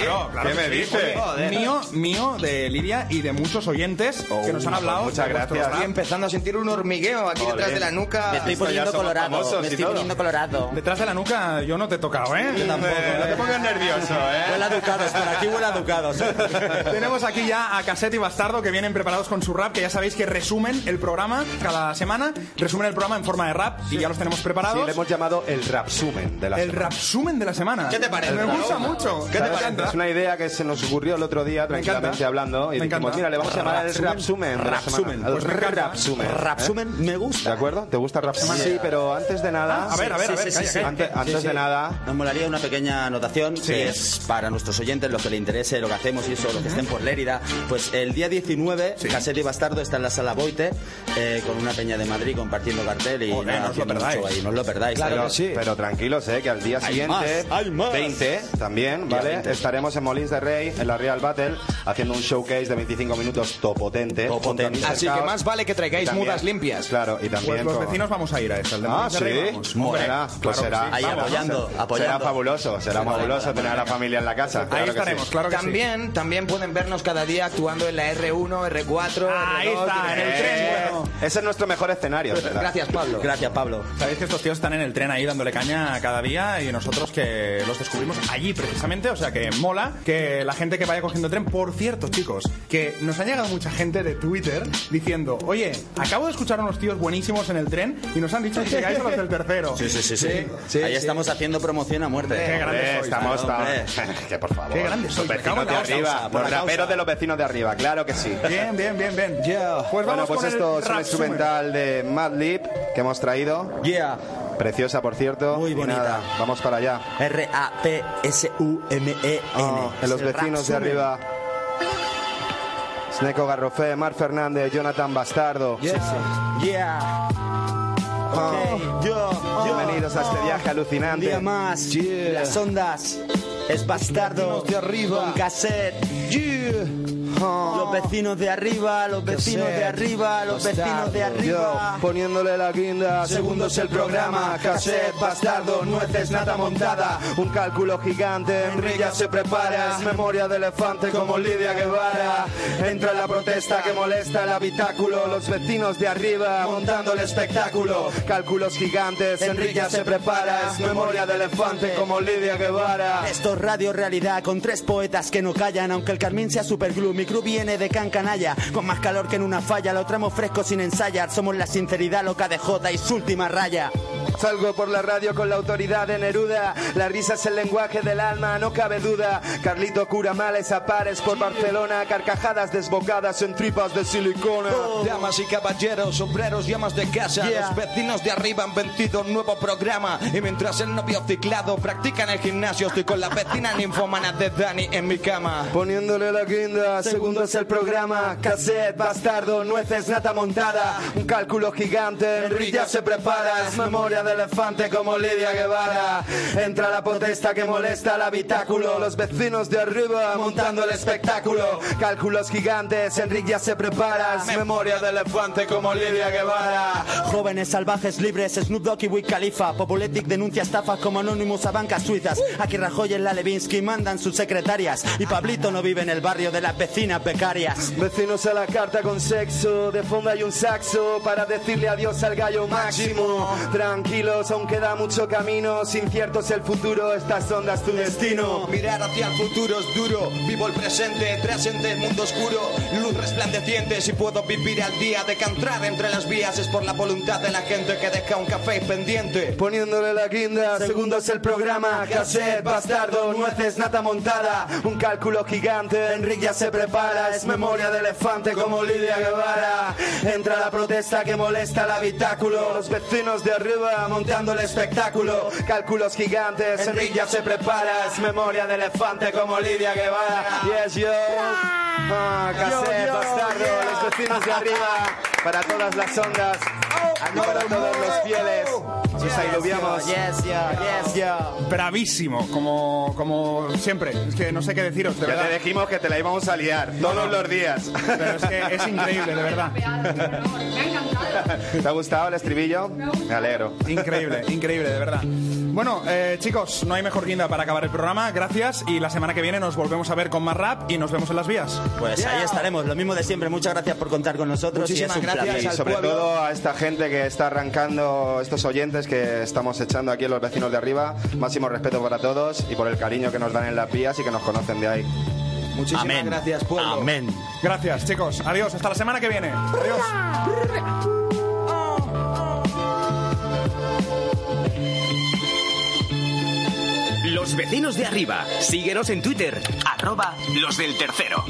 Speaker 3: Claro, claro
Speaker 9: ¿Qué me
Speaker 3: que sí.
Speaker 9: dices?
Speaker 3: Oye,
Speaker 9: Joder.
Speaker 3: Mío, mío, de Lidia y de muchos oyentes que nos han hablado.
Speaker 15: muchas
Speaker 3: de vuestros
Speaker 15: gracias.
Speaker 3: rap.
Speaker 15: empezando a sentir un hormigueo
Speaker 3: aquí detrás de la nuca. Me estoy poniendo colorado, me estoy poniendo
Speaker 15: colorado.
Speaker 3: Detrás de la nuca yo no te he tocado, ¿eh?
Speaker 15: Yo tampoco. No te pongas nervioso, ¿eh? Huele educados, por aquí huele educados.
Speaker 3: Tenemos aquí ya a Cassette y Bastardo que vienen preparados con su rap, que ya sabéis que resumen el programa cada semana, resumen el programa en forma de rap y ya los tenemos
Speaker 15: Sí,
Speaker 3: preparados.
Speaker 15: le hemos llamado el rapsumen de la
Speaker 3: el
Speaker 15: semana.
Speaker 3: rapsumen de la semana.
Speaker 15: ¿Qué te parece?
Speaker 3: Me gusta
Speaker 15: Raúl?
Speaker 3: mucho.
Speaker 15: ¿Qué te
Speaker 3: Me
Speaker 15: parece?
Speaker 3: encanta.
Speaker 15: Es una idea que se nos ocurrió el otro día, tranquilamente
Speaker 3: encanta.
Speaker 15: hablando, y
Speaker 3: Me
Speaker 15: dijimos,
Speaker 3: encanta.
Speaker 15: mira, le vamos a llamar el
Speaker 3: Rapsumen.
Speaker 15: Rapsumen. de la
Speaker 3: Rapsumen.
Speaker 15: semana.
Speaker 3: Pues me
Speaker 15: El
Speaker 3: encanta.
Speaker 15: Rapsumen. ¿eh?
Speaker 3: Rapsumen
Speaker 15: me gusta. ¿De acuerdo? ¿Te gusta el Rapsumen?
Speaker 3: Sí.
Speaker 15: Sí, pero antes de nada...
Speaker 3: Ah, a ver, a ver,
Speaker 15: Sí,
Speaker 3: a ver,
Speaker 15: sí, sí,
Speaker 3: calla,
Speaker 15: sí.
Speaker 3: calla.
Speaker 15: Antes,
Speaker 3: Sí,
Speaker 15: antes
Speaker 3: sí.
Speaker 15: de nada...
Speaker 20: Nos molaría una pequeña anotación que es para nuestros oyentes, los que les interese lo que hacemos y eso, los que estén por Lérida. Pues el día 19, Casete y Bastardo está en la sala Boite eh, con una peña de Madrid compartiendo cartel y nada, haciendo mucho ahí, no os lo perdáis.
Speaker 15: pero,
Speaker 20: claro.
Speaker 15: pero tranquilos, eh, que al día
Speaker 20: Hay
Speaker 15: siguiente,
Speaker 20: más, hay más.
Speaker 15: 20, también,
Speaker 20: Día
Speaker 15: ¿vale?
Speaker 20: 20.
Speaker 15: Estaremos en Molins de Rey, en la Real Battle, haciendo un showcase de 25 minutos topotente. junto a Mr.
Speaker 20: Así que
Speaker 15: Chaos.
Speaker 20: más vale que traigáis
Speaker 15: Y también-
Speaker 20: mudas limpias.
Speaker 15: Claro, y también...
Speaker 3: Pues los
Speaker 15: con-
Speaker 3: vecinos vamos a ir a esa. al de
Speaker 15: Ah,
Speaker 3: Madrid
Speaker 15: sí.
Speaker 3: de Rey vamos.
Speaker 15: Hombre,
Speaker 3: Hombre,
Speaker 15: será, pues
Speaker 3: claro que
Speaker 15: será.
Speaker 3: sí. Ahí apoyando,
Speaker 15: será
Speaker 3: apoyando.
Speaker 15: fabuloso, será
Speaker 3: Venga,
Speaker 15: fabuloso tener a la
Speaker 3: venga.
Speaker 15: familia en la casa.
Speaker 3: Ahí
Speaker 15: claro que
Speaker 3: estaremos,
Speaker 15: sí.
Speaker 3: claro que sí.
Speaker 20: también, también pueden vernos cada día actuando en la R1, R4,
Speaker 3: Ahí
Speaker 20: R2,
Speaker 3: está, en el
Speaker 20: R3.
Speaker 3: tren. bueno.
Speaker 15: Eh, Ese es nuestro mejor escenario. ¿verdad?
Speaker 20: Gracias, Pablo. Gracias, Pablo.
Speaker 3: Sabéis que estos tíos están en el tren ahí dándole caña cada día y nosotros que los descubrimos allí precisamente, o sea que mola que la gente que vaya cogiendo el tren, por cierto chicos, que nos ha llegado mucha gente de Twitter diciendo, oye, acabo de escuchar a unos tíos buenísimos en el tren y nos han dicho que llegáis a los del tercero.
Speaker 20: Sí, sí, sí, sí. Ahí estamos haciendo promoción a muerte.
Speaker 15: Qué grandes sois, estamos,
Speaker 20: ¿eh? Hombre.
Speaker 15: estamos- que por favor.
Speaker 20: Qué grandes sois,
Speaker 15: Los
Speaker 20: me cago
Speaker 15: vecinos
Speaker 20: en
Speaker 15: de
Speaker 20: la causa,
Speaker 15: arriba,
Speaker 20: por
Speaker 15: los
Speaker 20: la causa.
Speaker 15: raperos de los vecinos de arriba, claro que sí.
Speaker 3: Bien, bien, bien, bien. Pues
Speaker 15: bueno,
Speaker 3: vamos
Speaker 15: pues
Speaker 3: con
Speaker 15: esto
Speaker 3: el
Speaker 15: es un
Speaker 3: rap sumer.
Speaker 15: instrumental de Madlib que hemos traído.
Speaker 20: Yeah.
Speaker 15: Preciosa, por cierto. Muy
Speaker 20: bonita.
Speaker 15: vamos para allá.
Speaker 20: R-A-P-S-U-M-E-N.
Speaker 15: Oh, en los
Speaker 20: Es el
Speaker 15: vecinos de
Speaker 20: Rapsumen.
Speaker 15: arriba. Sneco Garrofé, Mar Fernández, Jonathan Bastardo.
Speaker 20: Yeah. Oh, Ok.
Speaker 15: Bienvenidos a este viaje
Speaker 20: Un
Speaker 15: alucinante.
Speaker 20: día más. Las ondas. Es bastardo. de arriba. Oh. Con cassette. Los vecinos de arriba, los vecinos de arriba, los vecinos de arriba.
Speaker 15: poniéndole la guinda.
Speaker 20: Segundos el programa, cassette, bastardo, nueces, nata montada.
Speaker 15: Un cálculo gigante, Enrique ya se prepara. Es memoria de elefante como Lidia Guevara. Entra la protesta que molesta el habitáculo. Los vecinos de arriba montando el espectáculo. Cálculos gigantes, Enrique ya se prepara. Es memoria de elefante como Lidia Guevara.
Speaker 20: Esto es Radio Realidad con tres poetas que no callan, aunque el carmín sea superglue. Mi crew viene de Can Canalla, con más calor que en una falla. Lo traemos fresco sin ensayar, somos la sinceridad loca de Jota y su última raya.
Speaker 15: Salgo por la radio con la autoridad de Neruda. La risa es el lenguaje del alma, no cabe duda. Carlito cura males a pares por Barcelona. Carcajadas desbocadas en tripas de silicona.
Speaker 21: Oh. Damas y caballeros, obreros y amas de casa,
Speaker 15: Yeah.
Speaker 21: los vecinos de arriba han vendido un nuevo programa. Y mientras el novio ciclado practica en el gimnasio, estoy con la vecina ninfomana de Dani en mi cama.
Speaker 15: Poniéndole la guinda, segundos el programa. Cassette, bastardo, nueces, nata montada. Un cálculo gigante, Enrique ya se prepara. Es memoria de de elefante como Lidia Guevara. Entra la protesta que molesta al habitáculo. Los vecinos de arriba montando el espectáculo. Cálculos gigantes, Enrique ya se prepara. Es memoria de elefante como Lidia Guevara.
Speaker 7: Jóvenes salvajes libres, Snoop Dogg y Wiz Khalifa. Populetic denuncia estafas como anónimos a bancas suizas. Aquí Rajoy en la Levinsky mandan sus secretarias. Y Pablito no vive en el barrio de las vecinas becarias.
Speaker 15: Vecinos a la carta con sexo, de fondo hay un saxo para decirle adiós al gallo máximo. Tranquilos, aún queda mucho camino, sin cierto es el futuro, estas ondas tu destino.
Speaker 21: Mirar hacia el futuro es duro, vivo el presente, trascende el mundo oscuro, luz resplandeciente, si puedo vivir al día de cantar entre las vías es por la voluntad de la gente que deja un café pendiente.
Speaker 15: Poniéndole la guinda, segundo es el programa, cassette, bastardo, nueces, nata montada, un cálculo gigante, Enrique ya se prepara, es memoria de elefante como Lidia Guevara, entra la protesta que molesta al habitáculo, los vecinos de arriba montando el espectáculo, cálculos gigantes, Enrique ya se prepara, es memoria de elefante como Lidia Guevara, yes yo, ah, cassette,
Speaker 6: Yo, yo,
Speaker 15: bastardo,
Speaker 6: yeah.
Speaker 15: los vecinos de arriba, para todas las ondas, y para todos los fieles, nos alubiamos.
Speaker 20: Yes, yeah, yes, yeah.
Speaker 3: Bravísimo, como, como siempre. Es que no sé qué deciros,
Speaker 15: Ya
Speaker 3: de verdad.
Speaker 15: te dijimos que te la íbamos a liar todos los días.
Speaker 3: Pero es que es increíble, de verdad.
Speaker 15: ¿Te ha gustado el estribillo? Me alegro.
Speaker 3: Increíble, increíble, de verdad. Bueno, eh, chicos, no hay mejor guinda para acabar el programa. Gracias y la semana que viene nos volvemos a ver con más rap y nos vemos en las vías.
Speaker 20: Pues ahí estaremos, lo mismo de siempre. Muchas gracias por contar con nosotros. y
Speaker 15: Muchísimas
Speaker 20: es un
Speaker 15: gracias
Speaker 20: placer.
Speaker 15: y sobre todo a esta gente que está arrancando, estos oyentes que estamos echando aquí los vecinos de arriba. Máximo respeto para todos y por el cariño que nos dan en las vías y que nos conocen de ahí.
Speaker 20: Muchísimas Amén. gracias, pueblo. Amén.
Speaker 3: Gracias, chicos. Adiós. Hasta la semana que viene. Adiós.
Speaker 1: Los vecinos de arriba. Síguenos en Twitter. Arroba los del tercero.